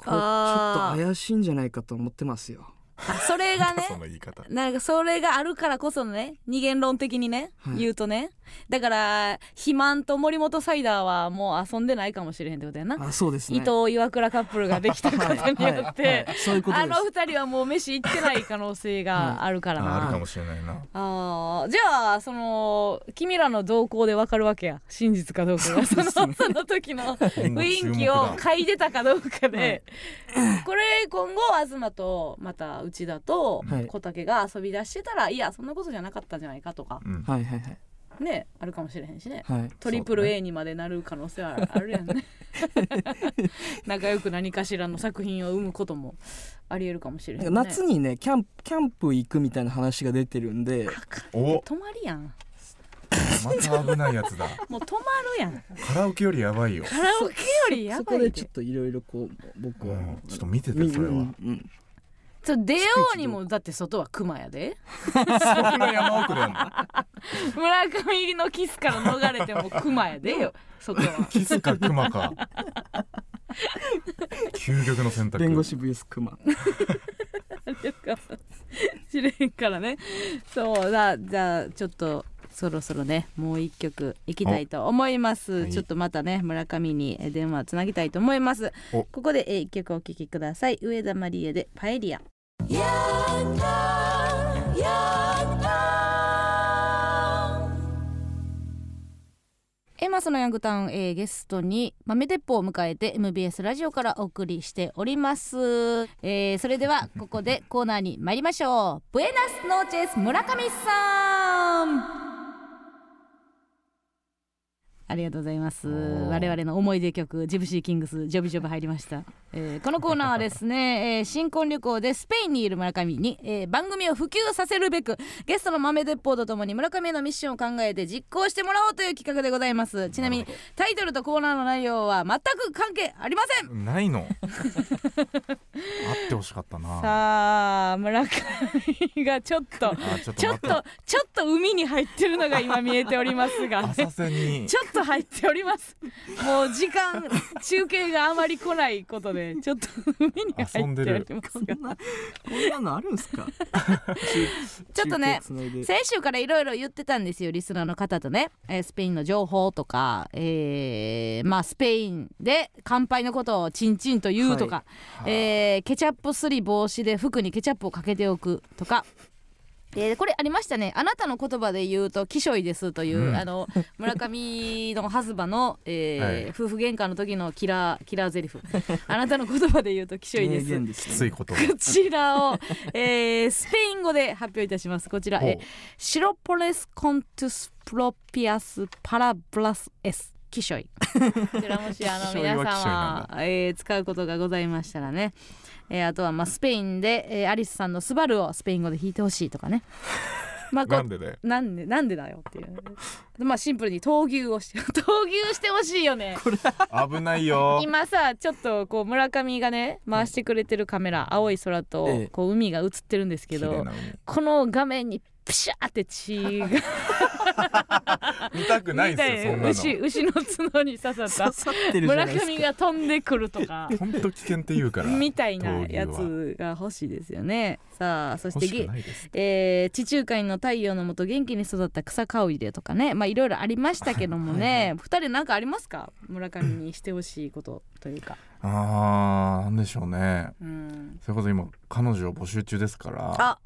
あるあるあるこれちょっと怪しいんじゃないかと思ってますよ。あそれが ねその言い方なんかそれがあるからこそのね二元論的にね、はい言うとねだから肥満と森本サイダーはもう遊んでないかもしれへんってことやな、あそうですね伊藤岩倉カップルができたことによって、はいはいそういうことあですの二人はもう飯行ってない可能性があるからな、ああるかもしれないなあーじゃあその君らの動向でわかるわけや真実かどうかがそのその時の雰囲気を嗅いでたかどうかで、これ今後東とまた内田とはい小竹が遊び出してたら、い、やそんなことじゃなかったんじゃないかとかうんはいはいはいねあるかもしれへんしねはいトリプル A にまでなる可能性はあるやん ね仲良く何かしらの作品を生むこともありえるかもしれへんね夏にねキャンプキャンプ行くみたいな話が出てるんでお泊まりやんまた危ないやつだもう泊まる やんカラオケよりやばいよカラオケよりやそばこいででちょっといろいろこう僕うは、んちょっと見ててそれうはんうんそう出ようにもだって外は熊やでそんな山奥でやんの村上のキスから逃れても熊や でよ外はキスかクマか究極の選択弁護士 VS 熊知れんからねそうだじゃあちょっとそろそろねもう一曲いきたいと思います、いちょっとまたね村上にえ電話つなぎたいと思いますおここでえ一曲お聴きください上田マリエでパエリアエマスのヤングタウン、えーゲストに豆鉄砲を迎えて MBS ラジオからお送りしております、えーそれではここでコーナーに参りましょうブエナスノーチェス村上さんありがとうございますー我々の思い出曲ジェブシーキングスジョビジョブ入りました、えーこのコーナーはですね、えー新婚旅行でスペインにいる村上に、えー番組を普及させるべくゲストの豆鉄砲とともに村上へのミッションを考えて実行してもらおうという企画でございますちなみにタイトルとコーナーの内容は全く関係ありませんないのあってほしかったなさあ村上が ちょっとあちょっとちょっまた とちょっと海に入ってるのが今見えておりますが、浅瀬にちょっと入っておりますもう時間中継があまり来ないことでちょっと海に入っておりますがこんなこんなのあるん すかちょっとね中継つないで先週からいろいろ言ってたんですよリスナーの方とね、えースペインの情報とか、えーまあ、スペインで乾杯のことをチンチンと言うとか、えーケチャップすり防止で服にケチャップをかけておくとか。えーこれありましたねあなたの言葉で言うと「きしょいです」という、うんあの村上のハズバの、えーはい夫婦喧嘩の時のキラーキラーゼリフあなたの言葉で言うと「きしょい名です」言ですきついことをこちらを、えースペイン語で発表いたします。こちら、えほうシロポレスコントゥスプロピアスパラブラスエス。キショ イこちらもしあのキショイはキ皆ショイなん様、えー使うことがございましたらね、えーあとはまあスペインで、えーアリスさんの「スバルをスペイン語で弾いてほしいとかねまあこなんでねなんでなんでだよっていうまあシンプルに闘牛をして 闘牛してほしいよね危ないよ今さちょっとこう村上がね回してくれてるカメラ青い空とええこう海が映ってるんですけ綺麗どな海この画面にプシャーって血が見たくないみでたすよそいんなな牛の牛の角に刺さ刺ったさってるじゃな村いです上が飛んでくるとか本当危険って言うからみたいなや闘牛はつが欲しいですよねさあそして欲げしくないですえー地中海の太陽のもと元気に育った草香りでとかねまあいろいろありましたけどもね二人なんかありますか村上にしてほしいことというか。あーなんでしょうねうんそれこそ今彼女を募集中ですからあ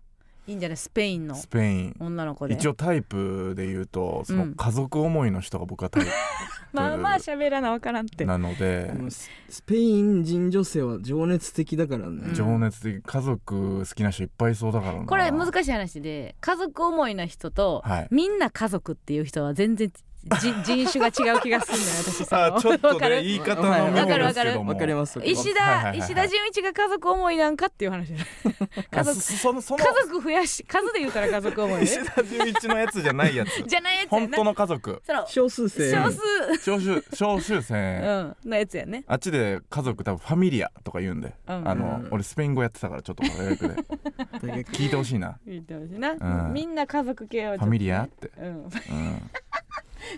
いいんじゃないスペインのスペイン女の子で一応タイプで言うとそうのん家族思いの人が僕はタイまあまあ喋らなわからんって プなのでかもうススペイン人女性は情熱的だからうんね情熱的家族好きな人いっぱいいそうだからなこれ難しい話で家族思いな人と、はいみんな家族っていう人は全然じ人種が違う気がするんだよ私さあちょっとわかねる言い方の妙ですけどもわかりますわかります石田、はいはいはいはい石田純一が家族思いなんかっていう話だよ家あ族そそのその家族増やし数で言うたら家族思いね石田純一のやつじゃないやつ じゃないやつや本な当の家族その少数生少数、少数少数う生、ん、のやつやねあっちで家族多分ファミリアとか言うんで、うんあの俺スペイン語やってたからちょっと大 学で大学聞いてほしいな言ってほしいな、うんみんな家族系はちフょっとァミリアって、うんう ん、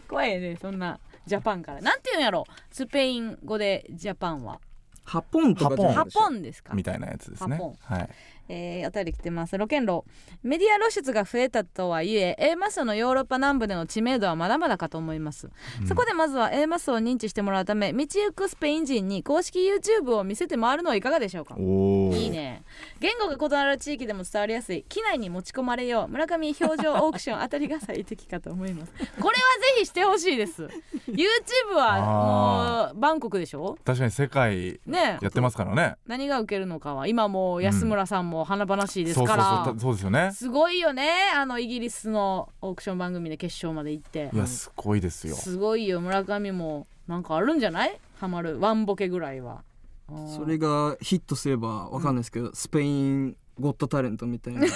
怖いねそんなジャパンからなんて言うんやろスペイン語でジャパンはハポンとかじゃないハでしょポンですかみたいなやつですねハポンはいえー、お便り来てますロケンロメディア露出が増えたとはいえ A マスのヨーロッパ南部での知名度はまだまだかと思います、そこでまずは A マスを認知してもらうため道行くスペイン人に公式 YouTube を見せて回るのはいかがでしょうかおおいいね言語が異なる地域でも伝わりやすい機内に持ち込まれよう村上表情オークションあたりが最適かと思いますこれはぜひしてほしいです YouTube はもうバンコクでしょ確かに世界ねえやってますからね何が受けるのかは今もう安村さんも華々しいですから、そうそうそうたそうですよねすごいよねあのイギリスのオークション番組で決勝まで行っていやすごいです よすごいよ村上もなんかあるんじゃないハマるワンボケぐらいはうんそ れがヒットすればわかんないですけど、スペインゴッドタレントみた いな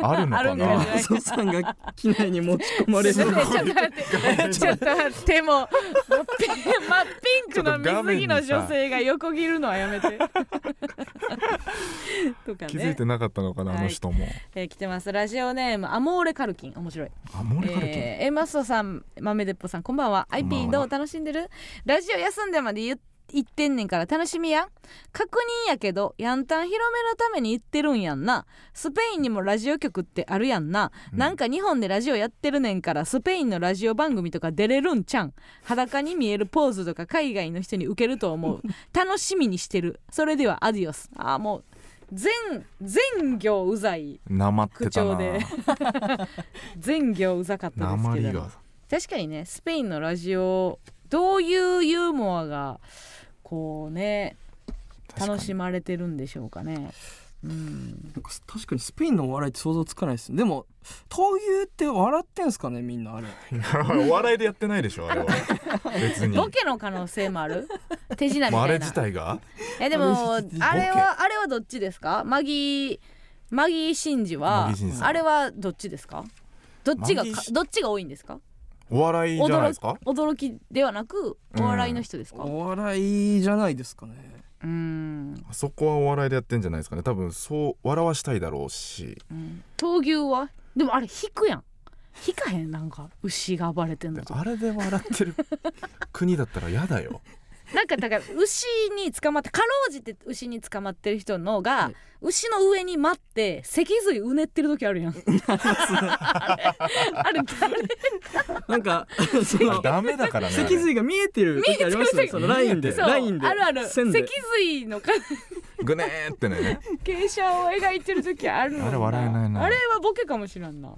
あるのあるかんじゃなない細さんが機内に持ち込まれちょっると待ってちょっと待っても うピン,、ま、ピンクの水着の女性が横切るのはや めてとか気づいねて、なかったのかな、あの人もえー来てますラジオネームアモーレカルキン面白いあモレカルキン、えー、エマストさん、豆鉄砲さん、こんばんは。んばん IP はどう楽しんでるラジオ休んでまで言っ言ってんねんから楽しみや確認やけどヤンタン広めのために言ってるんやんなスペインにもラジオ局ってあるやんな、なんか日本でラジオやってるねんからスペインのラジオ番組とか出れるんちゃん裸に見えるポーズとか海外の人に受けると思 う楽しみにしてるそれではアディオスあーもう全全行うざいなまってたな口調で全行うざかったなですまけりどが確かにねスペインのラジオどういうユーモアがこうね楽しむまれてるんでしょうかね。うん、なんか確かにスペインのお笑いって想像つかないですでも闘牛って笑ってんすかねみんなあれお笑いでやってないでしょあれは別にボケの可能性も ある手品みもうあたれいな自。体がえでもあれ自体あれはあれはどっちですかマギーマギー真司はマギー真司さんあれはどっちですかどっちがかマギー真どっちが多いんですかお笑いじゃないですか驚き驚きではなくお笑いの人ですかお笑いじゃないですかねうんあそこはお笑いでやってんじゃないですかね多分そう笑わしたいだろうしうん闘牛はでもあれ引くやん引かへんなんか牛が暴れてんのとあれで笑ってる国だったら嫌だ よなんかだから牛に捕まってかろうじて牛に捕まってる人のが牛の上に待って脊髄うねってる時あるやんあれ誰なんかそのダメだ からねあれ脊髄が見えてる時ありますよねそのラインでそうラインであるある線脊で髄のぐねーってね傾斜を描いてる時ある のあれ笑えないなあれはボケかもしらんな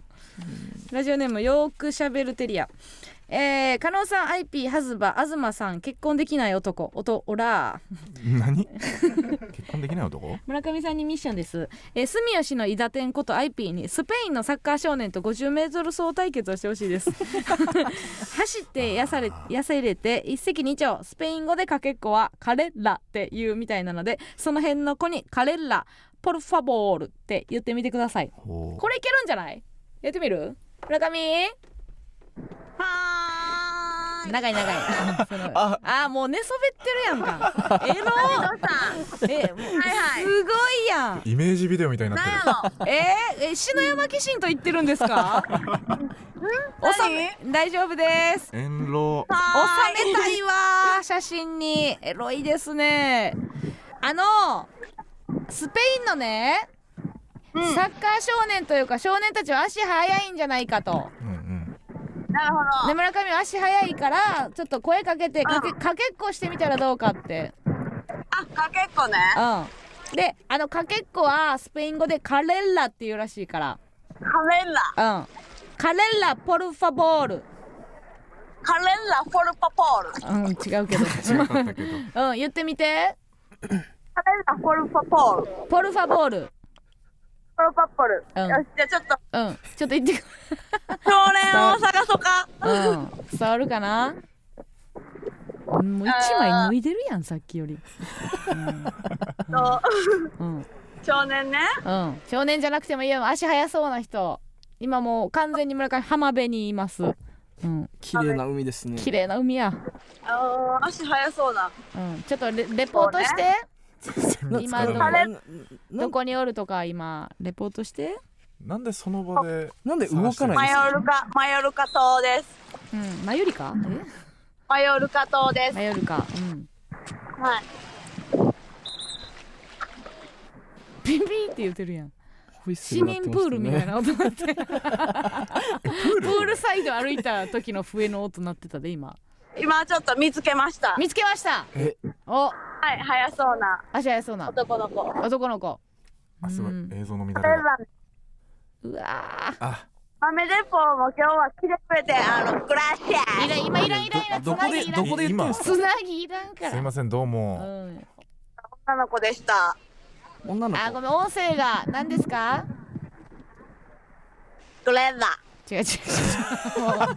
ラジオネームよーくしゃべるテリアえー、加納さん IP はずば東さん結婚できない男音オラー何結婚できない男村上さんにミッションです、えー、住吉の伊田天こと IP にスペインのサッカー少年と 50m 走対決をしてほしいです 走ってやされやせれて一石二鳥スペイン語でかけっこはカレッラって言うみたいなのでその辺の子にカレッラポルファボールって言ってみてくださいほうこれいけるんじゃないやってみる村上はーい長い長いそのあーもう寝そべってるやんかエロえもうはいはい。すごいやんイメージビデオみたいになってる何やのえー、え篠山紀信と言ってるんです かおさめ大丈夫です遠路収めたいわー写真にエロいですねあのスペインのね、サッカー少年というか少年たちは足速いんじゃないかとうんうんなるほど。で村上は足速いからちょっと声かけてかけかけっこしてみたらどうかってあ、かけっこね。うんであのかけっこはスペイン語でカレッラっていうらしいからカレンラ。うんカレッラポルファボールカレンラフォルパポール。うん違う けど違かったけどうん言ってみてカレンラフォルパポール。フポルファボールォルパポール。うんよし、じゃあちょっと、うんちょっと言ってく少年を探そうか。 うん伝わるかなもう一枚脱いでるやんさっきよりとうんうん少年ね。少年じゃなくてもいいよ足速そうな人今もう完全に村上浜辺にいますうん綺麗な海ですね綺麗な海やあー足速そうな。うんちょっとレレポートして今どこあれどこにおるとか今レポートしてなんでその場でなんで動かないんマですヨかルカ、マヨルカ島です。うんマユリカマヨルカ島でえす。マユリカうんはい。ピンピンって言ってるやんホイッス市ル鳴っ民てまプしたねールみたいな音なってプールサイド歩いた時の笛の音なってたで今今ちょっと見つけました。は見つけましたえおい、速そうな足早そうな男の子。男の子あすごいうん映像の乱れカレンがラうわあ豆鉄砲も今日は来てくれて、あの、グラシーいアらん今いらんいらんいらんつどこなでぎいらどんこで言ってんすかつなぎいらんかすいらませんどううもん女の子でした。女のあ子ごめん音声が何ですかグレンラ。違 う違う違うもう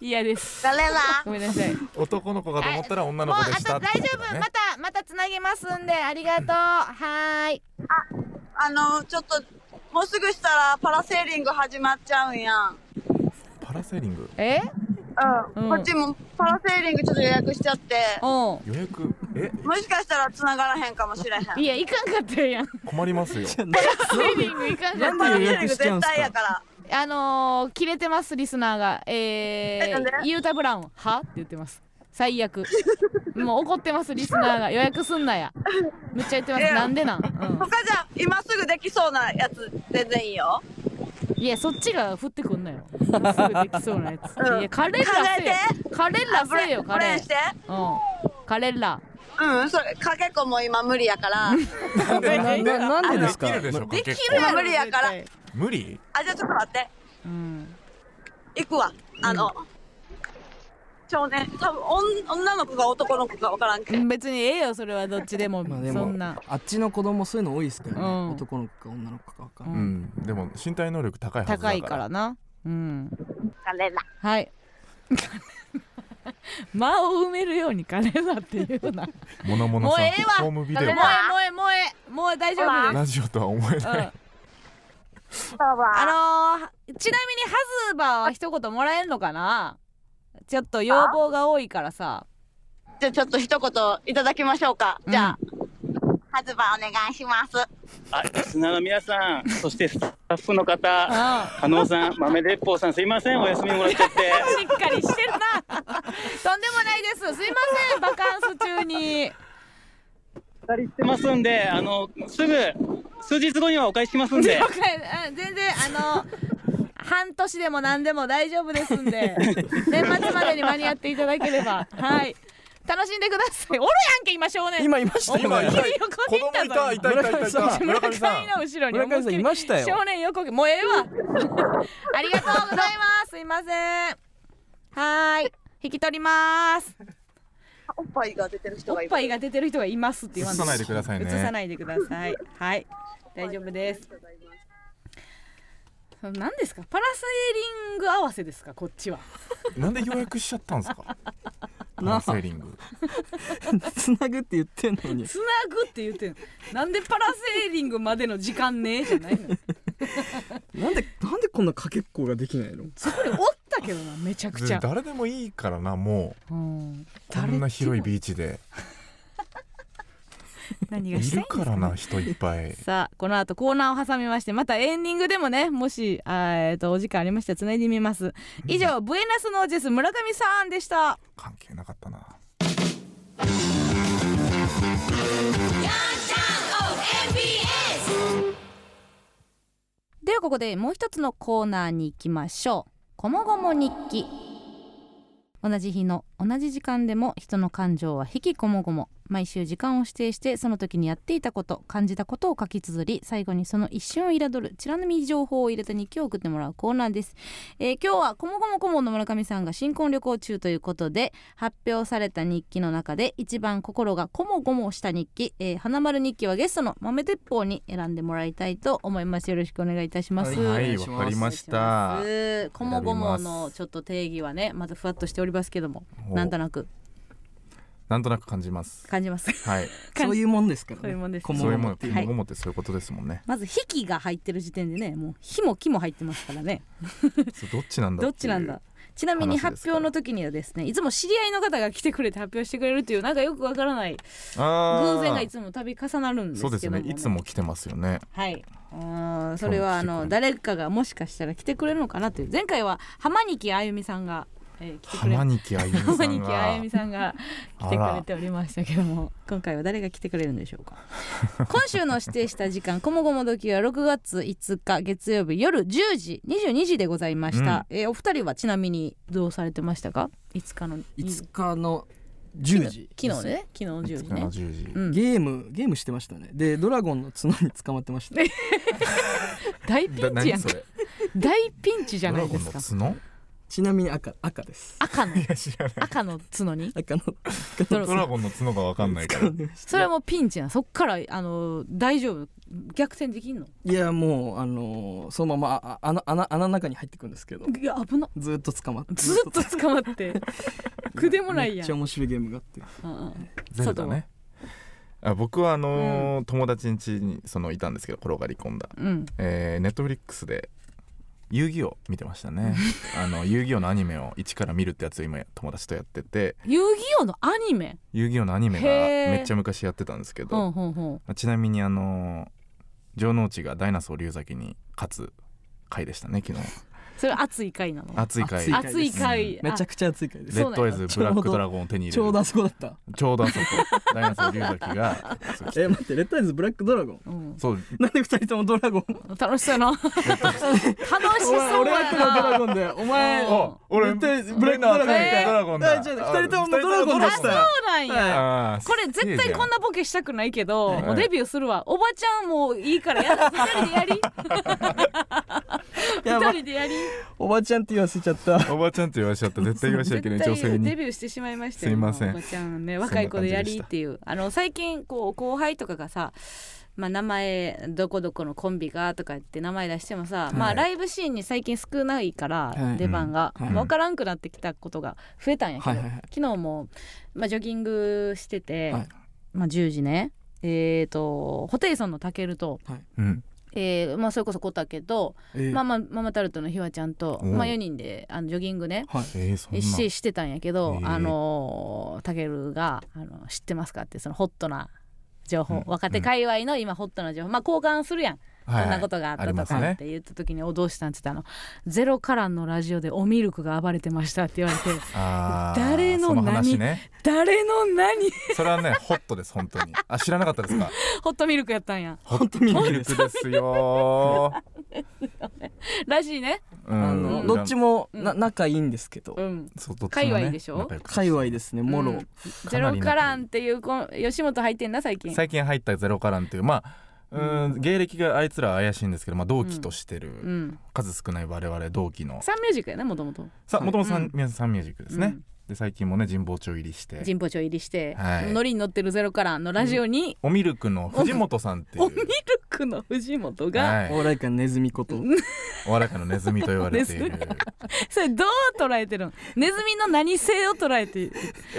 嫌ですグレンラ。ごめんなさい男の子かと思ったら女ものうあ子とでした大って丈こと夫だねまたまたつなげますんでありがとうはーいあの、ちょっと、もうすぐしたらパラセーリング始まっちゃうんやん。 パラセーリングえうん。うんこっちもパラセーリングちょっと予約しちゃって、お予約えもしかしたら繋がらへんかもしれへん。パいや行かんかったやん困りますよセーリング行かんかっなんたでラセーリン予約グしちゃう絶んす対やかから。あのー、切れてますリスナーが、ええなんでー、ユータブラウンはって言ってます最悪もう怒ってますリスナーが予約すんなやめっちゃ言ってまいすやなんでなん、う他じゃ、今すぐできそうなやつ、全然いいよ。ん、いやそっちが降ってくんなよすぐできそうなやつ、うんいやカレッラせよカレッラブレせよカブレレンして。うんカレッラうん、それ、かけっこも今無理やから。なんでなななんで ですかきるでしょできる結や構ろ無理やから絶無理あ、じゃあちょっと待って。対うん行くわ。あの、少年、多分おん女の子か男の子か分からんけど。別にええよそれはどっちでも,、まあでそもんなあっちの子供そういうの多いですからね、うん男の子か女の子かわかんうない、うんでも身体能力高いはずだか高らいからなうんカレンラ。はい。 間を埋めるようにカレーだっていうな。も物々さもうえんえわホームビデうえオもうえもうえもう大丈夫です。ラジオとは思えうなんい、ああのー、ちなみにハズバーは一言もらえんのかなちょっと要望が多いからさじゃあちょっと一言いただきましょうか。じゃあ、発売お願いします。あ、リスナーの皆さん、そしてスタッフの方、あ加納さん、豆鉄砲さん、すいません、お休みもらっちゃって。あしっかりしてるな とんでもないですすいませんバカンス中に 二人してますんで、あの、すぐ、数日後にはお返ししますんで了、解あ全然あの半年でも何でも大丈夫ですん で年末までに間に合っていただければはい楽しんでくださいおるやんけ今少年今いました今今いた横子に行った供いたいたいぞたいたいた村上さんの後ろに村上さんいましたよ少年横切もうええわ ありがとうございますすいませんはーい引き取りますおっぱいが出てる人おっがいる。ぱいが出てる人がいますって言わ映さないでくださいね映さないでくださいはい大丈夫です何ですかパラセーリング合わせですかこっちはなんで予約しちゃったんですかパなあラセーリングつなぐって言ってんのにつなぐって言ってんのなんでパラセーリングまでの時間ねえじゃないのなんでなんでこんなかけっこができないのそこにおったけどなめちゃくちゃ、誰でもいいからなもうん、うこんな広いビーチで何いがしたいるんですからな人いっぱいさあこの後コーナーを挟みましてまたエンディングでもねもしあーえーとお時間ありましたらつないでみます以上ブエナスノージェス村上さんでした関係なかったなではここでもう一つのコーナーに行きましょうこもごも日記同じ日の同じ時間でも人の感情は引きこもごも毎週時間を指定してその時にやっていたこと感じたことを書き綴り最後にその一瞬を彩るチラ飲み情報を入れた日記を送ってもらうコーナーです、えー今日はこもごも顧問の村上さんが新婚旅行中ということで発表された日記の中で一番心がこもごもした日記、えー花丸日記はゲストの豆鉄砲に選んでもらいたいと思いますよろしくお願いいたします、はいお願いしますわかりましたこもごものちょっと定義はねまずふわっとしておりますけどもおなんとなくなんとなく感じます感じますはいそういうもんですからねそういうもんですこそういうものっってていいううのはいももってそういうことですもんねまず「引き」が入ってる時点でねもう「火」も「木」も入ってますからねそうどっちなんだどってちいうなんだちなみに話で発すから表の時にはですねいつも知り合いの方が来てくれて発表してくれるというなんかよくわからないあー偶然がいつも度重なるんですそうですけども、ねいつも来てますよねはいあーそれはあ今日も来てくれるの誰かがもしかしたら来てくれるのかなという前回は浜にきあゆみさんが、えー来てくれ浜にきあゆみさんが浜にきあゆみさんが来てくあれらておりましたけども 今回は誰が来てくれるんでしょ うか今週の指定した時間「こもごも時」は6月5日月曜日夜10時22時でございました、えーお二人はちなみにどうされてましたか5日の5日の10時昨日ね昨日の10時ね7時うんゲームゲームしてましたねでドラゴンの角に捕まってました大 ピだンチ何やんそれ大ピンチじゃドなラいゴでンすのか角ちなみに赤赤です赤のいや知らない赤の角に赤のドラドラゴンの角がわかんないからそれはもうピンチなそっからあの大丈夫逆転できんのいやもうあのーそのままああ穴穴穴の中に入ってくんですけどいや危なずっと捕まってずっと捕まって苦でもないめやっちゃん、面白いゲームがあってうんうんゼルダねあ僕はあのー友達ん家にそのいたんですけど転がり込んだうん、えネットフリックスで遊戯王見てましたねあの遊戯王のアニメを一から見るってやつを今友達とやってて遊戯王のアニメ遊戯王のアニメがへーめっちゃ昔やってたんですけほんどほんほんちなみにあの城之内がダイナソー龍崎に勝つ回でしたね昨日それ熱い回なの熱い回熱い回熱い回めちゃちくちゃ熱い回ですレッドアイズブそうラなんやックドラゴンを手に入れるちょうどあそこだったちょうどあそこダイナソー龍崎 がそうえ待ってレッドアイズブラックドラゴンゃ、うん、そうなんで二人ともドラゴン楽しそうやな楽しお前 そう俺やだけがドラなゴンでお前あ俺絶対ブラックドラゴンだえードラゴンあだじゃあ二人ともドラゴンでしたあそうなんや、はいあーこれ絶対こんなボケしたくないけど、はいもうデビューするわおばちゃんもういいからやだ二人でやりやば二人でやりおばちゃんって言わせちゃったおばちゃんって言わしちゃった絶対言わしちゃいけない女性絶対デにビューしてしまいましたよすいませんおばちゃんね若い子でやりっていうあの最近こう後輩とかがさまあ、名前どこどこのコンビがとか言って名前出してもさ、いまあライブシーンに最近少ないから、はい出番が、うんはいまあ分からんくなってきたことが増えたんやけど、はいはいはい昨日も、まあ、ジョギングしてて、はいまあ、10時ねえー、とホテイソンのたけると、うんえーまあ、それこそこたけと、ええまあまあ、ママタルトのひわちゃんと、うんまあ、4人であのジョギングね、はいえーそんなししてたんやけど、へえあのーたけるがあの「知ってますか?」ってそのホットな情う報、ん若手界隈の今ホットな情報まあ交換するやん、はこんなことがあったりとますかっねて言った時に「おどうしたん?」って言ったらあの「ゼロカランのラジオでおミルクが暴れてました」って言われて あー誰のその何話ね誰の何それはねホットです本当にあ知らなかったですかホットミルクやったんやホットミルクですよ らしいねうあんのどっちもな仲いいんですけどうんそうどっちもね界隈でしょ仲良く界隈ですねもうろんかゼなロり仲いいカランっていうこ吉本入ってんな最近最近入ったゼロカランっていうまあうーん芸歴があいつらは怪しいんですけど、まあ、同期としてる、うん数少ない我々同期のサンミュージックやねもともとさはいもともとう三ん宮さんミュージックですね、うんで最近もね神保町入りして神保町入りして、はいノリに乗ってるゼロカランのラジオに、おミルクの藤本さんっていうおミルクの藤本が、はいお笑い界のネズミことお笑い界のネズミと言われているネそれどう捉えてるのネズミの何性を捉えてい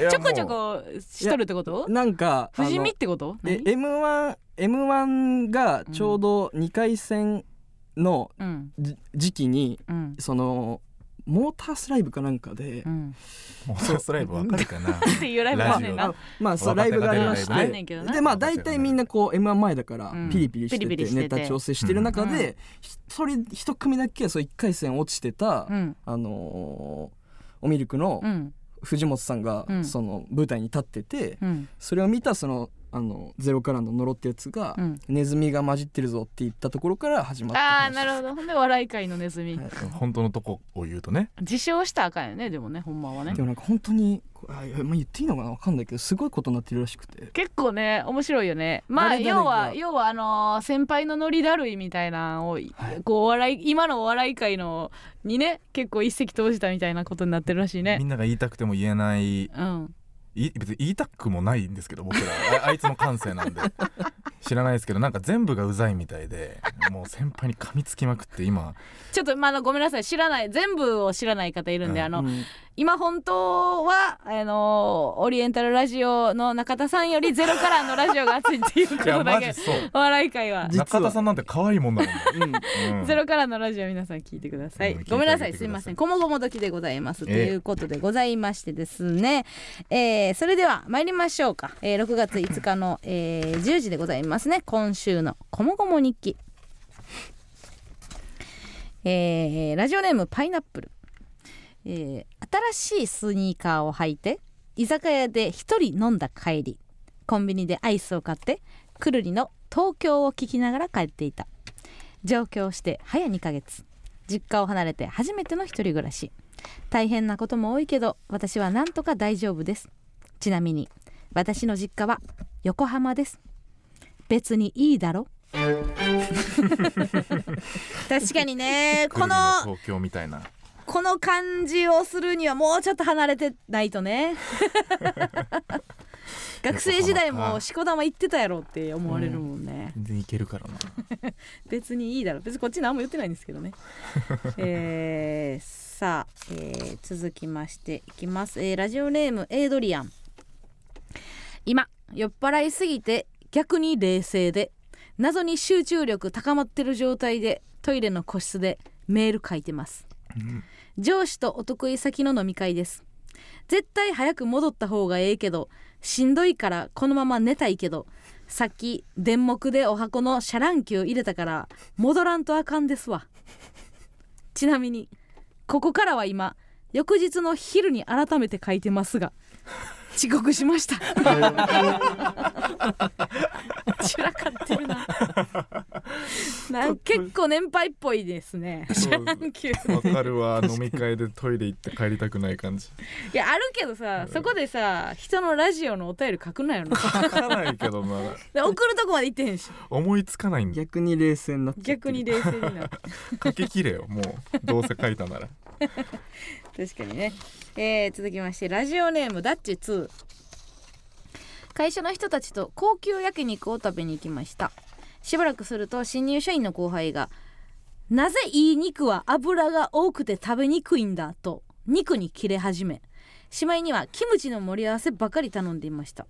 やちょこちょもこしとるってことなんかあの不死身ってことえ何 M1 M1 がちょうど2回戦のうんじ時期にうんそのモータースライブかなんかでう、んうもうソースライブわかるかなって いうライブあんねんラなジあまあそうラ若イ手ブが出るがありまライしブねあんてねんけどなでまあ大体みんなこう M1 前だからうんピリピリしてピリピリてしてネてタ調整してる中でひそれ一組だけそう1回戦落ちてたうんあのーおミルクのうん藤本さんがうんその舞台に立っててうんそれを見たそのあのゼロからの呪ってやつがうんネズミが混じってるぞって言ったところから始まったああ話なるほどほんで笑い界のネズミはい本当のとこを言うとね自称したらあかんよねでもねほんまはねでもなんか本当にこあいやまあ言っていいのかなわかんないけどすごいことになってるらしくて結構ね面白いよねまあ誰々要がは要はあのー先輩のノリだるいみたいなのをこうお笑い今のお笑い界のにね結構一石投じたみたいなことになってるらしいねみんなが言いたくても言えないうんい別に言いたくもないんですけど僕らああいつの感性なんで 知らないですけどなんか全部がうざいみたいでもう先輩に噛みつきまくって今ちょっとまああのごめんなさい知らない全部を知らない方いるんで、うんあのうん今本当はあのオリエンタルラジオの中田さんよりゼロカラーのラジオが熱いっていうこい やとだマけジそうお笑い界は実は中田さんなんて可愛いもんだもんね、うんゼロカラーのラジオ皆さん聞いてください、うん聞いてごめんなさあげいてくだすさいいませんこもごも時でございます、ええということでございましてですね、えーそれでは参りましょうか、えー6月5日の、えー10時でございますね今週のこもごも日記えーラジオネームパイナップル、えー新しいスニーカーを履いて居酒屋で一人飲んだ帰りコンビニでアイスを買ってくるりの東京を聞きながら帰っていた上京して早2ヶ月実家を離れて初めての一人暮らし大変なことも多いけど私はなんとか大丈夫ですちなみに私の実家は横浜です別にいいだ ろ確かにね来こるのの東京みたいなこの感じをするにはもうちょっと離れてないと ね学生時代もしこ玉行ってたやろって思われるもんね、全然いけるからな別にいいだろ別にこっち何も言ってないんですけどねえーさあ、えー続きましていきます、えーラジオネームエイドリアン今酔っ払いすぎて逆に冷静で謎に集中力高まってる状態でトイレの個室でメール書いてます、上司とお得意先の飲み会です絶対早く戻った方がええけどしんどいからこのまま寝たいけどさっき電目でお箱のシャランキュー入れたから戻らんとあかんですわちなみにここからは今翌日の昼に改めて書いてますが遅刻しました 散らかってるななん結構年配っぽいですねシャランキューわかるわ飲み会でトイレ行って帰りたくない感じいやあるけどさそこでさ人のラジオのお便り書くなよな書かないけどなで送るとこまで行ってへんし思いつかないんだ逆に冷静になっちゃってる逆に冷静になって書ききれよもうどうせ書いたなら確かにね、えー続きましてラジオネームダッチ2会社の人たちと高級焼肉を食べに行きましたしばらくすると新入社員の後輩が「なぜいい肉は油が多くて食べにくいんだ」と肉に切れ始めしまいにはキムチの盛り合わせばかり頼んでいました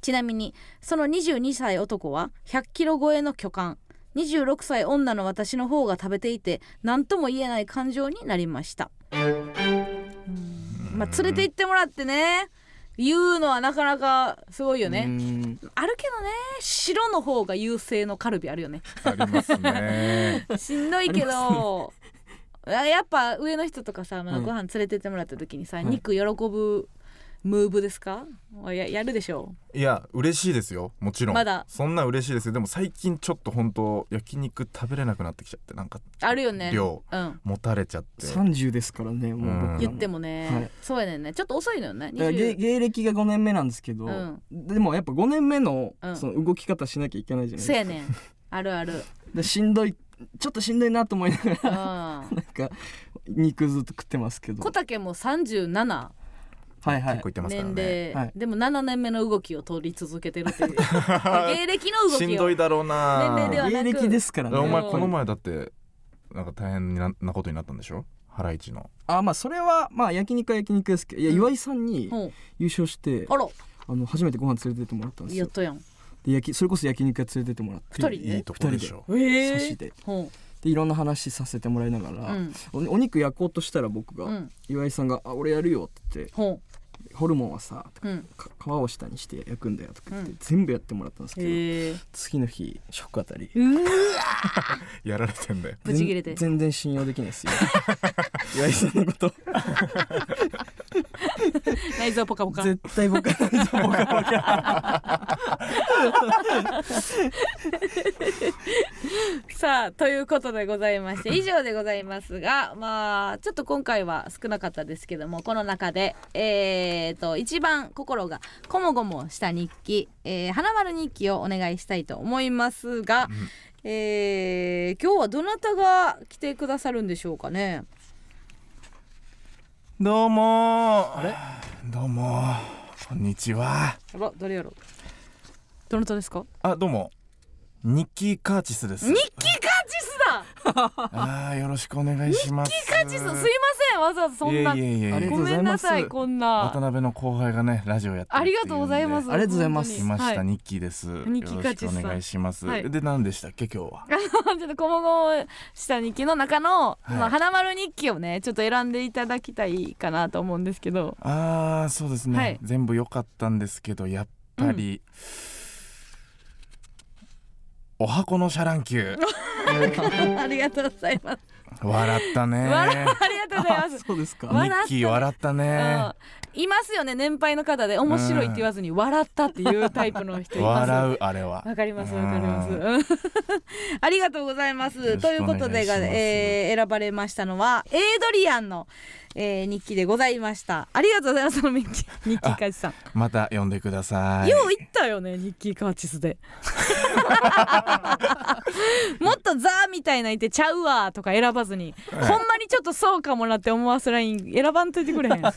ちなみにその22歳男は100キロ超えの巨漢26歳女の私の方が食べていて何とも言えない感情になりましたまあ、連れて行ってもらってね言うのはなかなかすごいようねんあるけどね白の方が優勢のカルビあるよねありますね。しんどいけどあやっぱ上の人とかさ、まあ、うんご飯連れてってもらった時にさ、い肉喜ぶムーブですかややるでしょいや嬉しいですよもちろんまだそんな嬉しいですよでも最近ちょっと本当焼肉食べれなくなってきちゃってなんかあるよね量うん持たれちゃって30ですからねもう僕らうんも言ってもね、はいそうやねんねちょっと遅いのよだねから芸20芸歴が5年目なんですけど、うんでもやっぱ5年目のうんその動き方しなきゃいけないじゃないそでうすかやねんあるあるでしんどいちょっとしんどいなと思いながうらんなんか肉ずっと食ってますけど小竹も37はいはい結構いってますからね 年で、はいでも7年目の動きを取り続けてるっていう芸歴の動きをしんどいだろうな年齢ではな芸く歴ですからねお前うんこの前だってなんか大変ななことになったんでしょハライチのあまあそれはまあ焼肉は焼肉ですけどいやうん岩井さんにほう優勝して、あらあの初めてご飯連れてってもらったんですやっよとやんで焼きそれこそ焼肉屋連れてってもらって二人でいいとこでしょえ差しでほでいろんな話させてもらいながううら、んおお肉焼こうとしたら僕が、うん岩井さんが「あ俺やるよ」って言ってほ「ホルモンはさううんか皮を下にして焼くんだよ」とか言って、うん全部やってもらったんですけど、へえ次の日ショックあたりやられてんだよぶち切れて全全然信用できない ですよ岩井さんのこと内臓ポカポカ絶対僕はなんと思うさあということでございまして 以上でございますがまあちょっと今回は少なかったですけどもこの中でえー、と一番心がこもごもした日記、えー花丸日記をお願いしたいと思いますが、えー今日はどなたが来てくださるんでしょうかねどうもあれどうもこんにちはやばどれやろどなたですかあどうもニッキー・カーチスですニッキーカチスだあーよろしくお願いしますニッキー・カーカチスすいませんわざわざそんないえいえいえいえありがとごうござめいんなますさいこんな渡辺の後輩がねラジオやってるあってりいがとうございますありがとうございまいす本当にました、はいニッキーですニッキーカチスさよろしんくお願いします、はいで何でしたっけ今日は ちょっとこもごもした日記の中の、はいまあ、花丸日記をねちょっと選んでいただきたいかなと思うんですけどあーそうですね、はい全部良かったんですけどやっぱり、お箱のシャランキュー ありがとうございます笑ったね笑ありがとうございます、 そうですかニッキー笑ったねうんいますよね年配の方で面白いって言わずに笑ったっていうタイプの人います笑うあれはわかりますわかります ありがとうございますよろしくということお願でいしますえー選ばれましたのはエイドリアンの、えー日記でございましたありがとうございますその日記 日記カジさんまた呼んでくださいよう言ったよ ねニッキー・カーチスでもっとザーみたいな言ってちゃうわとか選ばずにほんまにちょっとそうかもなって思わせライン選ばんといてくれへん日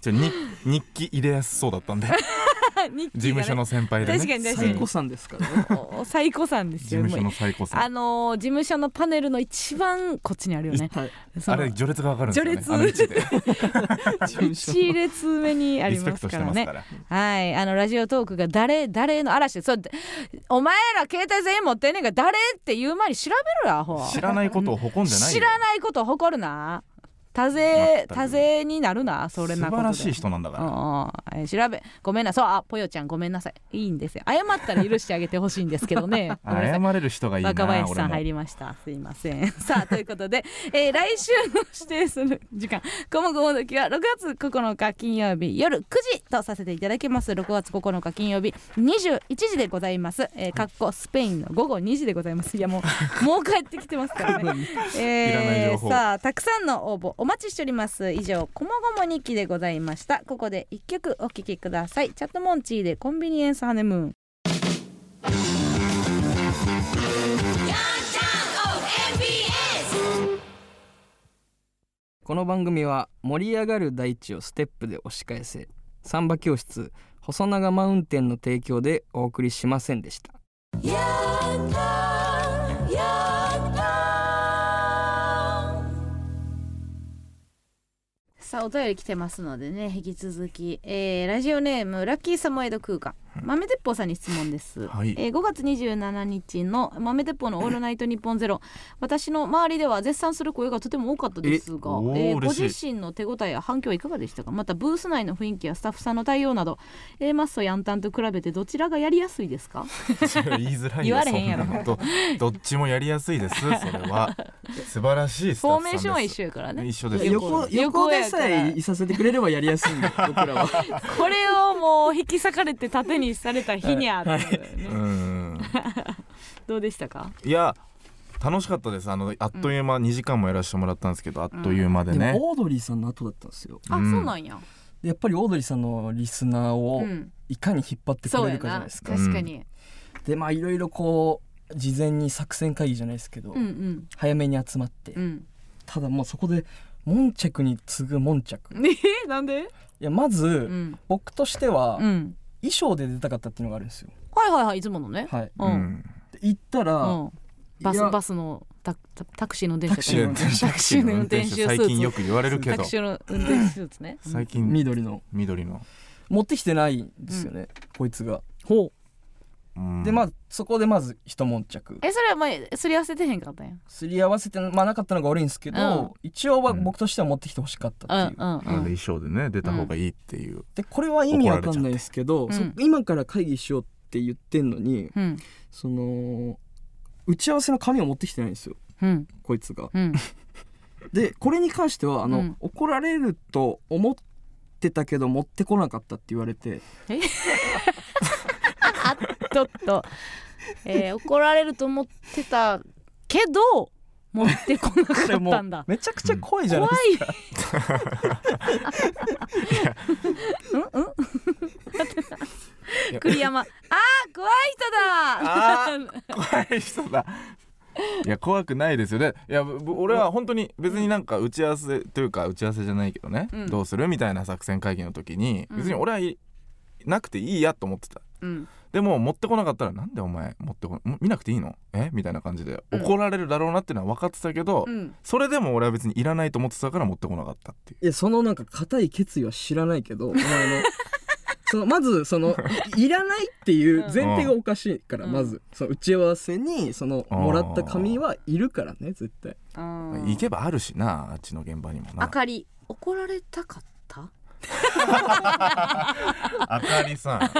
ちょに日記入れやすそうだ ったんで記 事務所の先輩でね確かに確かに最高さんですからねの 最高さんで事すよ務所ものう最高さあんのー事務所のパネルの一番こっちにあるよねはいそあのれ序列がわかるんですよね序列あの位置で一列目 にあリりスペまクすトしかてらますねからはい、あのラジオトークが誰誰の嵐そうお前ら携帯全員持ってんねんが誰って言う前に調べろよアホ知らないことを誇んじゃないよ知らないことを誇るな多勢全く多勢になるなそ素れな晴ことでらしい人なんだうんかうんえ調べごめんなそうあぽよちゃんごめんなさいいいんですよ謝ったら許してあげてほしいんですけど ねごめんならさい謝れる人がいいな若林さん入俺もりましたすいません さあということで、えー来週の指定する時間「こもごもどき」は6月9日金曜日夜9時とさせていただきます6月9日金曜日21時でございます、えー、かっこスペインの午後2時でございますいやも うもう帰ってきてますからね、いらないえ情ー、報さあたくさんの応募お待ちしております以上「こもごも日記」でございましたここで一曲お聴きくださいチャットモンチーでコンビニエンスハネムーンこの番組は盛り上がる大地をステップで押し返せサンバ教室細長マウンテンの提供でお送りしませんでしたさあお便り来てますのでね引き続き、えーラジオネームラッキーサモエド空間豆鉄砲さんに質問です、はいえー5月27日の豆鉄砲のオールナイトニッポンゼロ私の周りでは絶賛する声がとても多かったですえがお、ーえーご嬉しい自身の手応えや反響はいかがでしたかまたブース内の雰囲気やスタッフさんの対応など A マッソヤンタンと比べてどちらがやりやすいで すか言いづらい言よわれへんやろそなのどどっちもやりやすいですそれ は素晴らしいスフタッォフさんーメでーすションは一緒やからね一緒です横横でさえいさせてくれればやりやすいんだよ僕らは これをもう引き裂かれて縦にされた日にゃってことだよね、うんどうでしたかいや楽しかったですあのあっという間、2時間もやらせてもらったんですけどあっという間でねで、もオードリーさんの後だったんですよあ、うんそうなんや、でやっぱりオードリーさんのリスナーうをん、いかに引っ張ってそくうれやるかじゃなないですか、確かに、でまあいろいろこう事前に作戦会議じゃないですけど、うん、うん早めに集まって、うんただもうそこでモンチェクに次ぐモンチャクいねえなん でやまず、うん僕としては、うん衣装で出たかったっていうのがあるんですよはいはいはいいつものねはいうん、うんで行ったら、バスいやバスのタタタクシーの電車タクシいーやのタ電クシーの運転手タクシーの運転手最近よく言われるけタどクシーの運転手スーツね最近緑の緑の、持ってきてないんですよね、こいつがほうんでまあそこでまず一悶着えそれは前すり合わせてへんかったんやすり合わせて、まあ、なかったのが悪いんですけど、うん一応はうん僕としては持ってきてほしかったってういんう、うなのんうでん衣装でね出た方がいいっていう、でこれは意味わかんないですけど、怒られちゃってそ今から会議しようって言ってんのに、うんその打ち合わせの紙を持ってきてないんですようんこいつが。うんでこれに関してはあの、うん怒られると思ってたけど持ってこなかったって言われてあちょっと、えー、怒られると思ってたけど持ってこなかったんだめちゃくちゃ怖いじゃな怖いいですか。うんうん栗山あー怖いあ人だ怖い人だいや怖くないですよねいやぶ俺は本当に別になんか打ち合わせというか打ち合わせじゃないけどね、うんどうするみたいな作戦会議の時にうん別に俺はいなくていいやと思ってたうんでも持ってこなかったらなんでお前持ってこん見なくていいのえみたいな感じでうん怒られるだろうなっていうのは分かってたけど、うんそれでも俺は別にいらないと思ってたから持ってこなかったっていういやそのなんか固い決意は知らないけどお前の そのまずそのいいらないっていう前提がおかしいから、うんまずその打ち合わせにそのあーもらった紙はいるからね絶対あ行けばあるしなあっちの現場にもなあかり怒られたかったあかりさ ん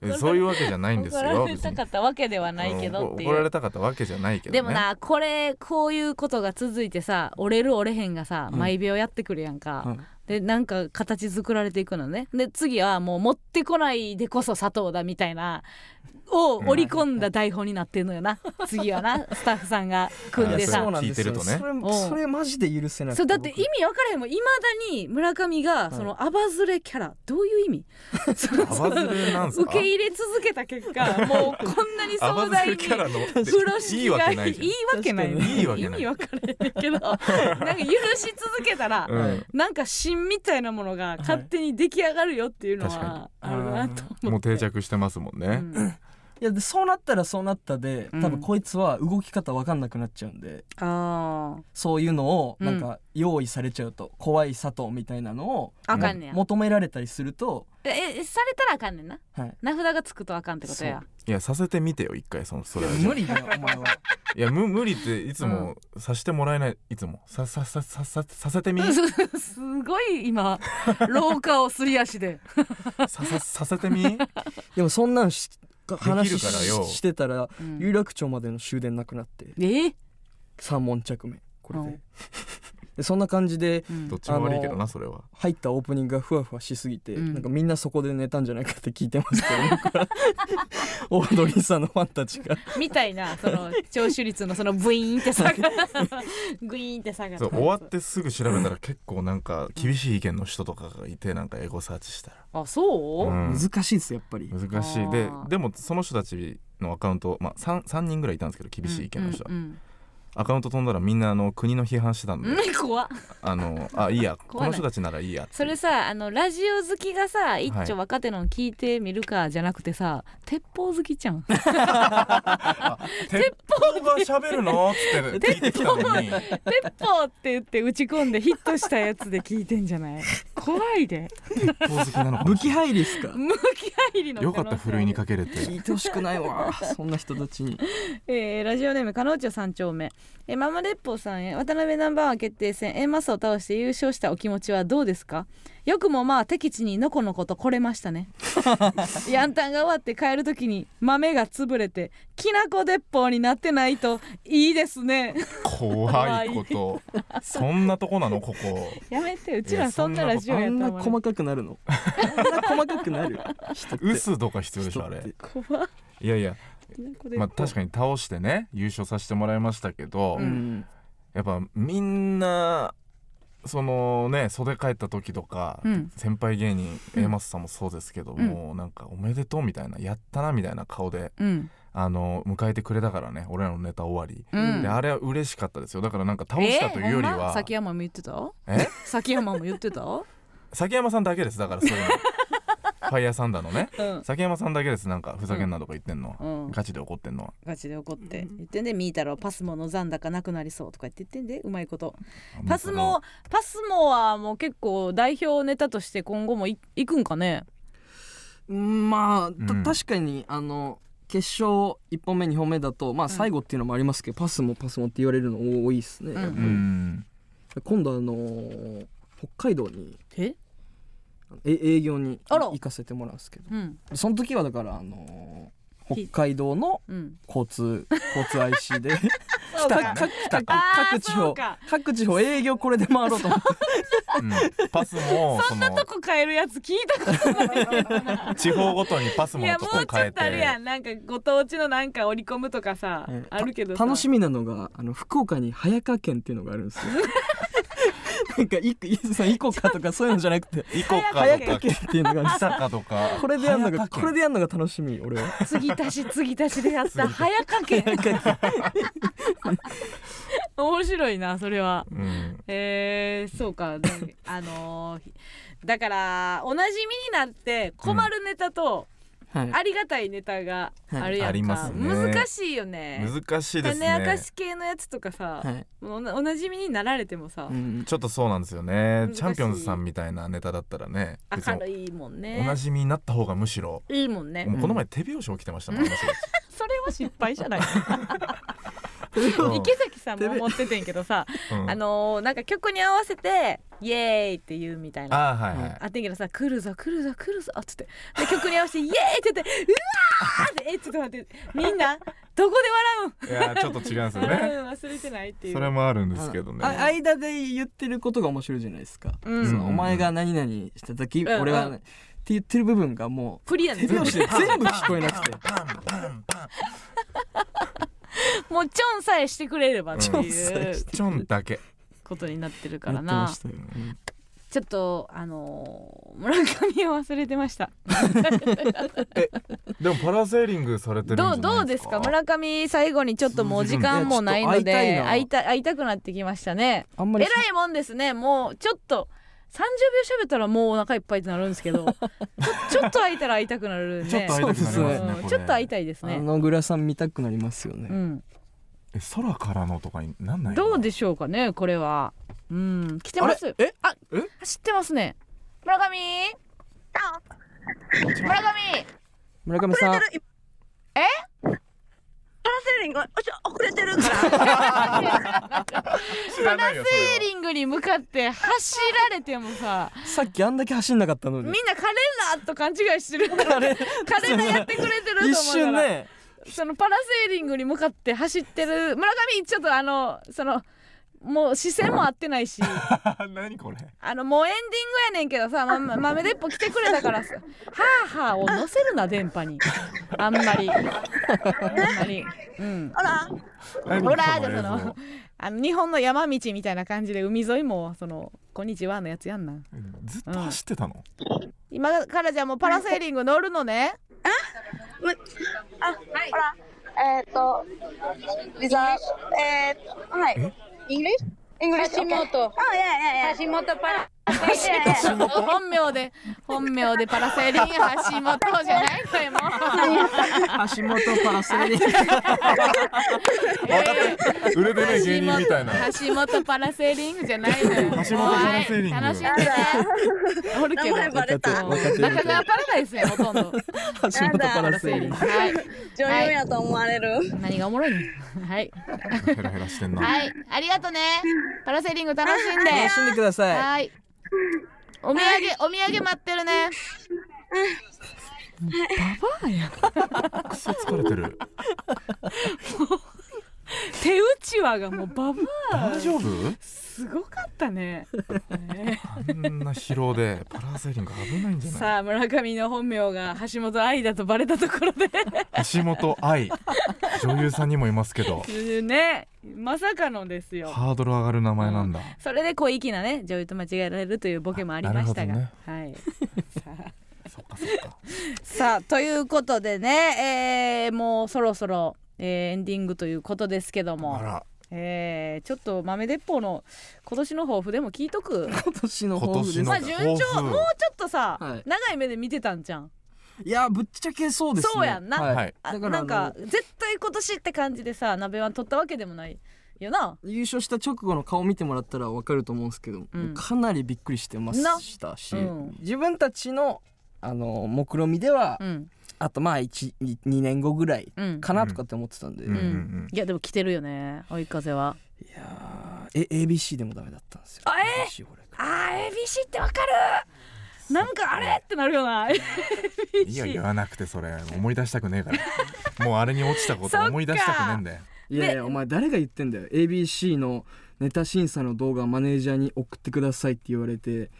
えそういうわけじゃないんです怒よられたかったわけではないけどって別いにう怒られたかったわけじゃないけど、ね、でもなこれこういうことが続いてさ折れる折れへんがさ毎秒やってくるやんか、はいでなんか形作られていくのねで次はもう持ってこないでこそ砂糖だみたいなを織り込んだ台本になってんのよな次はなスタッフさんが組んであさそう聞いてるとねそれそれマジで許せなくそうだって意味分からへんもんいまだに村上がそのアバズレキャラどうい う意味そのそアバズのレなんす受かけ入れ続けた 結果もうこんなにア壮バズ大レにキャラの風呂敷いいわがけないじゃんいいわけないよねいいわけない意味分からへんけどなんか許し続けたら、うんなんか芯みたいなものが勝手に出来上がるよっていうのはあるなと思もっうて。定着してますもんうね、んいやでそうなったらそうなったでうん多分こいつは動き方わかんなくなっちゃうんで、あーそういうのをうんなんか用意されちゃうと、怖い佐藤みたいなのをあかんねや、求められたりすると、ええされたらあかんねんなはい、名札がつくとあかんってことやいやさせてみてよ一回そのそれは無理だよお前 はいやむ無理っていつもさせてもらえないいつもささささささせてみすごい今廊下をすり足でさささせ てみでもそんなんし話できるからよししてたらうん有楽町までの終電なくなってえ3問着目これで,、うんでそんな感じでうんどっちも悪いけどなそれは入ったオープニングがふわふわしすぎて、うんなんかみんなそこで寝たんじゃないかって聞いてますけど僕は オードリーさんのファンたちがみたいなその聴取率のそのブイーンって下が グイーンって下がそう終わってすぐ調べたら結構なんか厳しい意見の人とかがいてなんかエゴサーチしたら、あそう、うん難しいですやっぱり、難しいであーでもその人たちのアカウント、まあ、3, 三人ぐらいいたんですけど厳しい意見の人は、うんうんアカウント飛んだらみんなあの国の批判してたんで、うん怖っあ のあいいやこ怖いの人たちならいいやってそれさあのラジオ好きがさ一丁若手の聞いてみるかじゃなくてさ鉄砲好きじゃん鉄砲が喋るのって聞いてきたのに 鉄砲って言って打ち込んでヒットしたやつで聞いてんじゃない怖いで鉄砲好きなのかも武し器れない入りっすか向き入りのよかったふるいにかけれて聞いてほしくないわ そんな人たちにえーラジオネームカノーチョ三丁目、えーママレッポさんへ渡辺ナンバーワン決定戦 A マスを倒して優勝したお気持ちはどうですかよくもまあ敵地にのこのこと来れました ねヤンタンが終わって帰る時に豆が潰れてきなこ鉄砲になってないといいですね怖いことそんなとこなのここやめてうちらそんなラジオあやとんな思細うかくなるのあんな細かくな る人って薄とか必要でしょあれ人って怖いいやいやきなこ鉄砲、まあ確かに倒してね優勝させてもらいましたけど、うんやっぱみんなそのね袖帰った時とか、うん先輩芸人 A マスさんもそうですけども、なんか「おめでとう」みたいな「やったな」みたいな顔でうんあの迎えてくれたからね俺らのネタ終わり、うんであれは嬉しかったですよだからなんか倒したというよりえーほんまは、崎山も言ってたえ崎山も言ってた、う崎山さんだけですだからそう いうのファイヤーサンダーのねん、崎山さんだけですなんかふざけんなとか言ってんのは、うんガチで怒ってんのはガチで怒って言ってんで「みーたろうパスモの残高なくなりそう」とか言って言ってんでうまいことパスモパスモはもう結構代表ネタとして今後もいいくんかねうんまあうんた確かにあの決勝1本目2本目だとまあ最後っていうのもありますけどパスもパスもって言われるの多いっすねうんやっぱうりん今度あのー北海道にええ営業にあら行かせてもらうんですけどうんその時はだからあのー北海道のうん交通交通 IC で そうか各各あー各地そう方か各地方営業これで回ろうと思ってうんパス もそのどこ変えるやつ聞いたことない地方ごとにパスいモやのもとうこち変ょえっとあるてやんなんかご当地のなんか織り込むとかさ、うんあるけどさ楽しみなのがあの福岡に早川県っていうのがあるんです よなんかいいそのイコカとかそういうのじゃな くてイコカ早と川か県っていうのがあるんピですサカとかこれでやるのが早川県これでやるのが楽しみ俺は継ぎ足し継ぎ足しでやった早かけ面白いなそれはうんえー、そうかだあのーひだからおなじみになって困るネタとはいありがたいネタがあるやありんまか、すね難しいよね難しいです種明かねし系のやつとかさ、はいもうおなおなじみになられてもさ、うんちょっとそうなんですよ難ねしいチャンピオンズさんみたいなネタだったらね別明にるいもんおなねじみになった方がむしろいいもんねもうこの前手拍子起きてましたもん、私たちそれは失敗じゃなういん 池崎さんも持っててんけどさ、うんあのーなんか曲に合わせて「イエーイ!」って言うみたいなあーはいはいあってんけどさ「来るぞ来るぞ来るぞ」っつってで曲に合わせて「イエーイ!」って言って「うわー!」って「えちょっと待ってみんなどこいやーちょっと違うんですでよ笑うねん忘れてない」っていうそれもあるんですけどねあ間で言ってることが面白いじゃないですか、うんそのお前が何々した時、ん俺は、うっんて言ってる部分がもクリアうね手拍子で全部聞こえなくてもうチョンさえしてくれればってチョンさいえうちょんだけことになってるかやらってまなしたよ、ちょっとあのー村上を忘れてましたでもパラセーリングされてるんじどゃなういどうですか村上最後にちょっともう時間もないのでいや会ちょいった会いたくなってきましたねあんまえりらいもんですねもうちょっと30秒喋ったらもうお腹いっぱいってなるんですけどちょちょっと空いたら会いたくなるねちょっと会いたくなりそうまですすねうこんれちょっと会いたいですあねのグラさん見たくなりますよね、うんえ空からのとかになんないのどうでしょうかねこれはうん来てあまれすえあえ知ってますね村上村上村上さんパラセーリング、あちょ遅れてるから。知らないよそれはセーリングに向かって走られてもささっきあんだけ走んなかったのみんになカレンダーと勘違いしてるカ レンダーやってくれてると思う一瞬からねそのパラセーリングに向かって走ってる村上ちょっとあのそのもう視線も合ってないしあ 何これあのもうエンディングやねんけどさ、ま、豆鉄砲来てくれたからさ「はあはあ」を乗せるな電波にあんまりあんまりうんあら、何ほらーこでそ映像の あの日本の山道みたいな感じで海沿いもその「こんにちは」のやつやんなずっと走ってたの、 今からじゃあもうパラセーリング乗るのねむあ、あら、えっ、ー、と、ビザ、Uh, えー、はい。イングリッシュイングリッシュ。橋本 Oh, あ、いやいやいや。橋本パラいやいやいや本名で本名でパラセーリン橋本じゃないのよも 橋本パラセリン売れてねえ芸人みたいなう橋本パラセーリングじゃないのよ橋本パラセーリングもうはい楽しんでねおるけ名ど前バレた。中川パラダイスやほとんど橋本パラセリンはい女優やと思われる。何がおもろいのはいヘラヘラしてんなはいありがとねパラセーリング楽しんで楽しんでくださいはいお土産お土産待ってるねクソ疲れてる手うちわがもうババ大丈夫すごかったねあんな疲労でパラセーリング危ないんじゃないさあ村上の本名が橋本愛だとバレたところで橋本愛女優さんにもいますけどねまさかのですよハードル上がる名前なんだそれで小粋なね女優と間違えられるというボケもありましたが、なるはいさあ そっかそっかさあということでね、えーもうそろそろ、えーエンディングということですけどあも、らえーちょっと豆鉄砲の今年の抱負でも聞いと く今年の今抱負年でのすまあ順調抱負もうちょっとさ、はい長い目で見てたんじゃんいやぶっちゃけそうですねそうやんなははいいあだからなんあかの絶対今年って感じでさ鍋は取ったわけでもないよな優勝した直後の顔見てもらったらわかると思うんですけど、うんかなりびっくりしてましたし、うん自分たちのあの目論見では、うんあとまあ12年後ぐらいうんかなとかって思ってたんで、うんううんんいやでも来てるよね追い風はいやーえ ABC でもダメだったんですよ。ABC これあー ABC ってわかるなんかあれってなるよないや言わなくてそれ思い出したくねえからもうあれに落ちたこと思い出したくねえんだよいやいやお前誰が言ってんだよ ABC のネタ審査の動画マネージャーに送ってくださいって言われて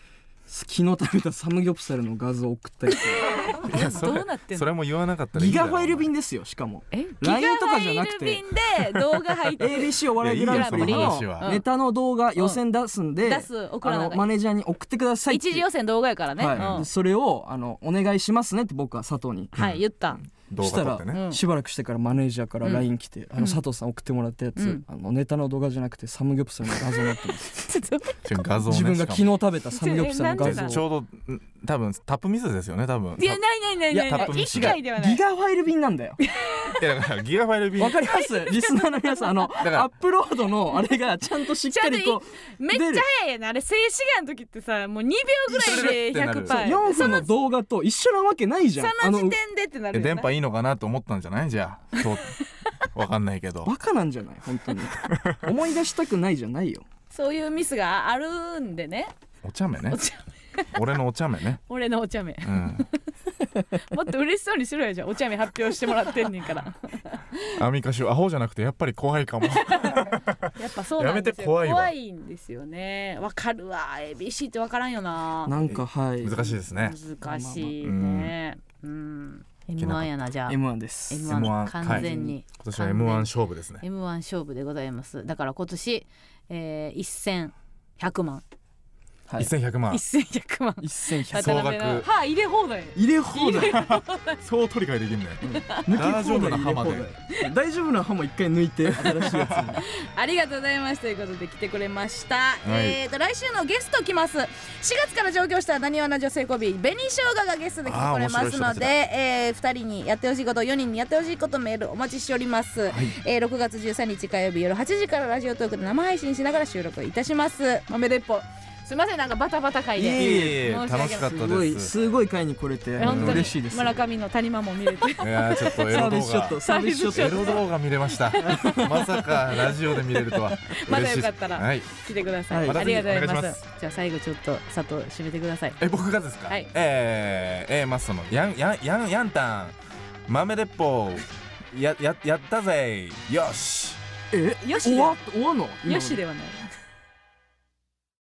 昨日食べたサムギョプサルの画像送ったりと かいやそどれうなってんのそれも言わなかったらいいギだガろファイル便ですよしかもえ LINE とかじゃなくてギガファイル便で動画入って ABC お笑いグランプリいやいいよその話のはネタの動画予選出すんで、出す送あらなのきマゃネージャーに送ってくださいって一次予選動画やからねはいうんそれをあのお願いしますねって僕は佐藤に、はい言った動し画た撮ら、ってね うんしばらくしてからマネージャーから LINE 来て、あの佐藤さん送ってもらったやつ、うんあのネタの動画じゃなくてサムギョプサルの画像にな ってますしかも画像ね自分がしかも昨日食べたサムギョプサルの画 像でちょうどん多分タップミスですよね多分いやないないないいやないタなッいプミス一回ではなギいガファイル便なんだ よいやだからギガファイル便わかりますリスナーの皆さんあのらアップロードのあれがちゃんとしっかりこうめっち出るゃ早いやなあれ静止画の時ってさもう2秒ぐらいで100%そうや4分の動画と一緒なわけないじゃんそあの時の点でってなえるよ電な波いいのかなと思ったんじゃないじゃあ今日わかんないけどバカなんじゃない本当に 思い出したくないじゃないよそういうミスがあるんでねお茶目ねお茶俺のお茶目ね俺のお茶目うんもっと嬉しそうにしろよじゃあお茶目発表してもらってんねんからアミカシュアホじゃなくてやっぱり怖いかもやっぱそうなんですやめてよ怖いわ怖いんですよねわかるわ ABC ってわからんよななんかはい難しいですね難しいねうんけなかっ M1 たやなじゃあ M1 です、 M1 M1 完全に、今年は M1 勝負ですね M1 勝負でございますだから今年、えー、1100万はい、 1100万1100万1100総額渡辺の歯入れ放題入れ放 題そう取り替えできんね抜き放題入れ放大丈夫な題大丈夫な歯も一回抜いて新しいやつにありがとうございますということで来てくれました、いえーと来週のゲスト来ます4月から上京したなにわの女性コンビ紅しょうががゲストで来てくれあますー面白い人のたちで、だえ2人にやってほしいこと4人にやってほしいことメールお待ちしております、えー6月13日火曜日夜8時からラジオトークで生配信しながら収録いたします豆鉄砲すいませんなんかバタバタ会でいえいえいえ申し訳ない楽しかったすごいですすごい回に来れて本当に嬉しいです村上の谷間も見れていやーちょっとエサロービスショッ動トサービスショ画エロット動画見れましたまさかラジオで見れるとはまだ嬉しいでよすかったらはい来てください、はいありがとうございおます願いしじゃあ最後ちょっと佐藤締めてくださいえ僕がですか、はいえー、えー、まあそのやんやんやんやんたん豆鉄砲やややったぜよしえよし終わ終わんの今のよしではない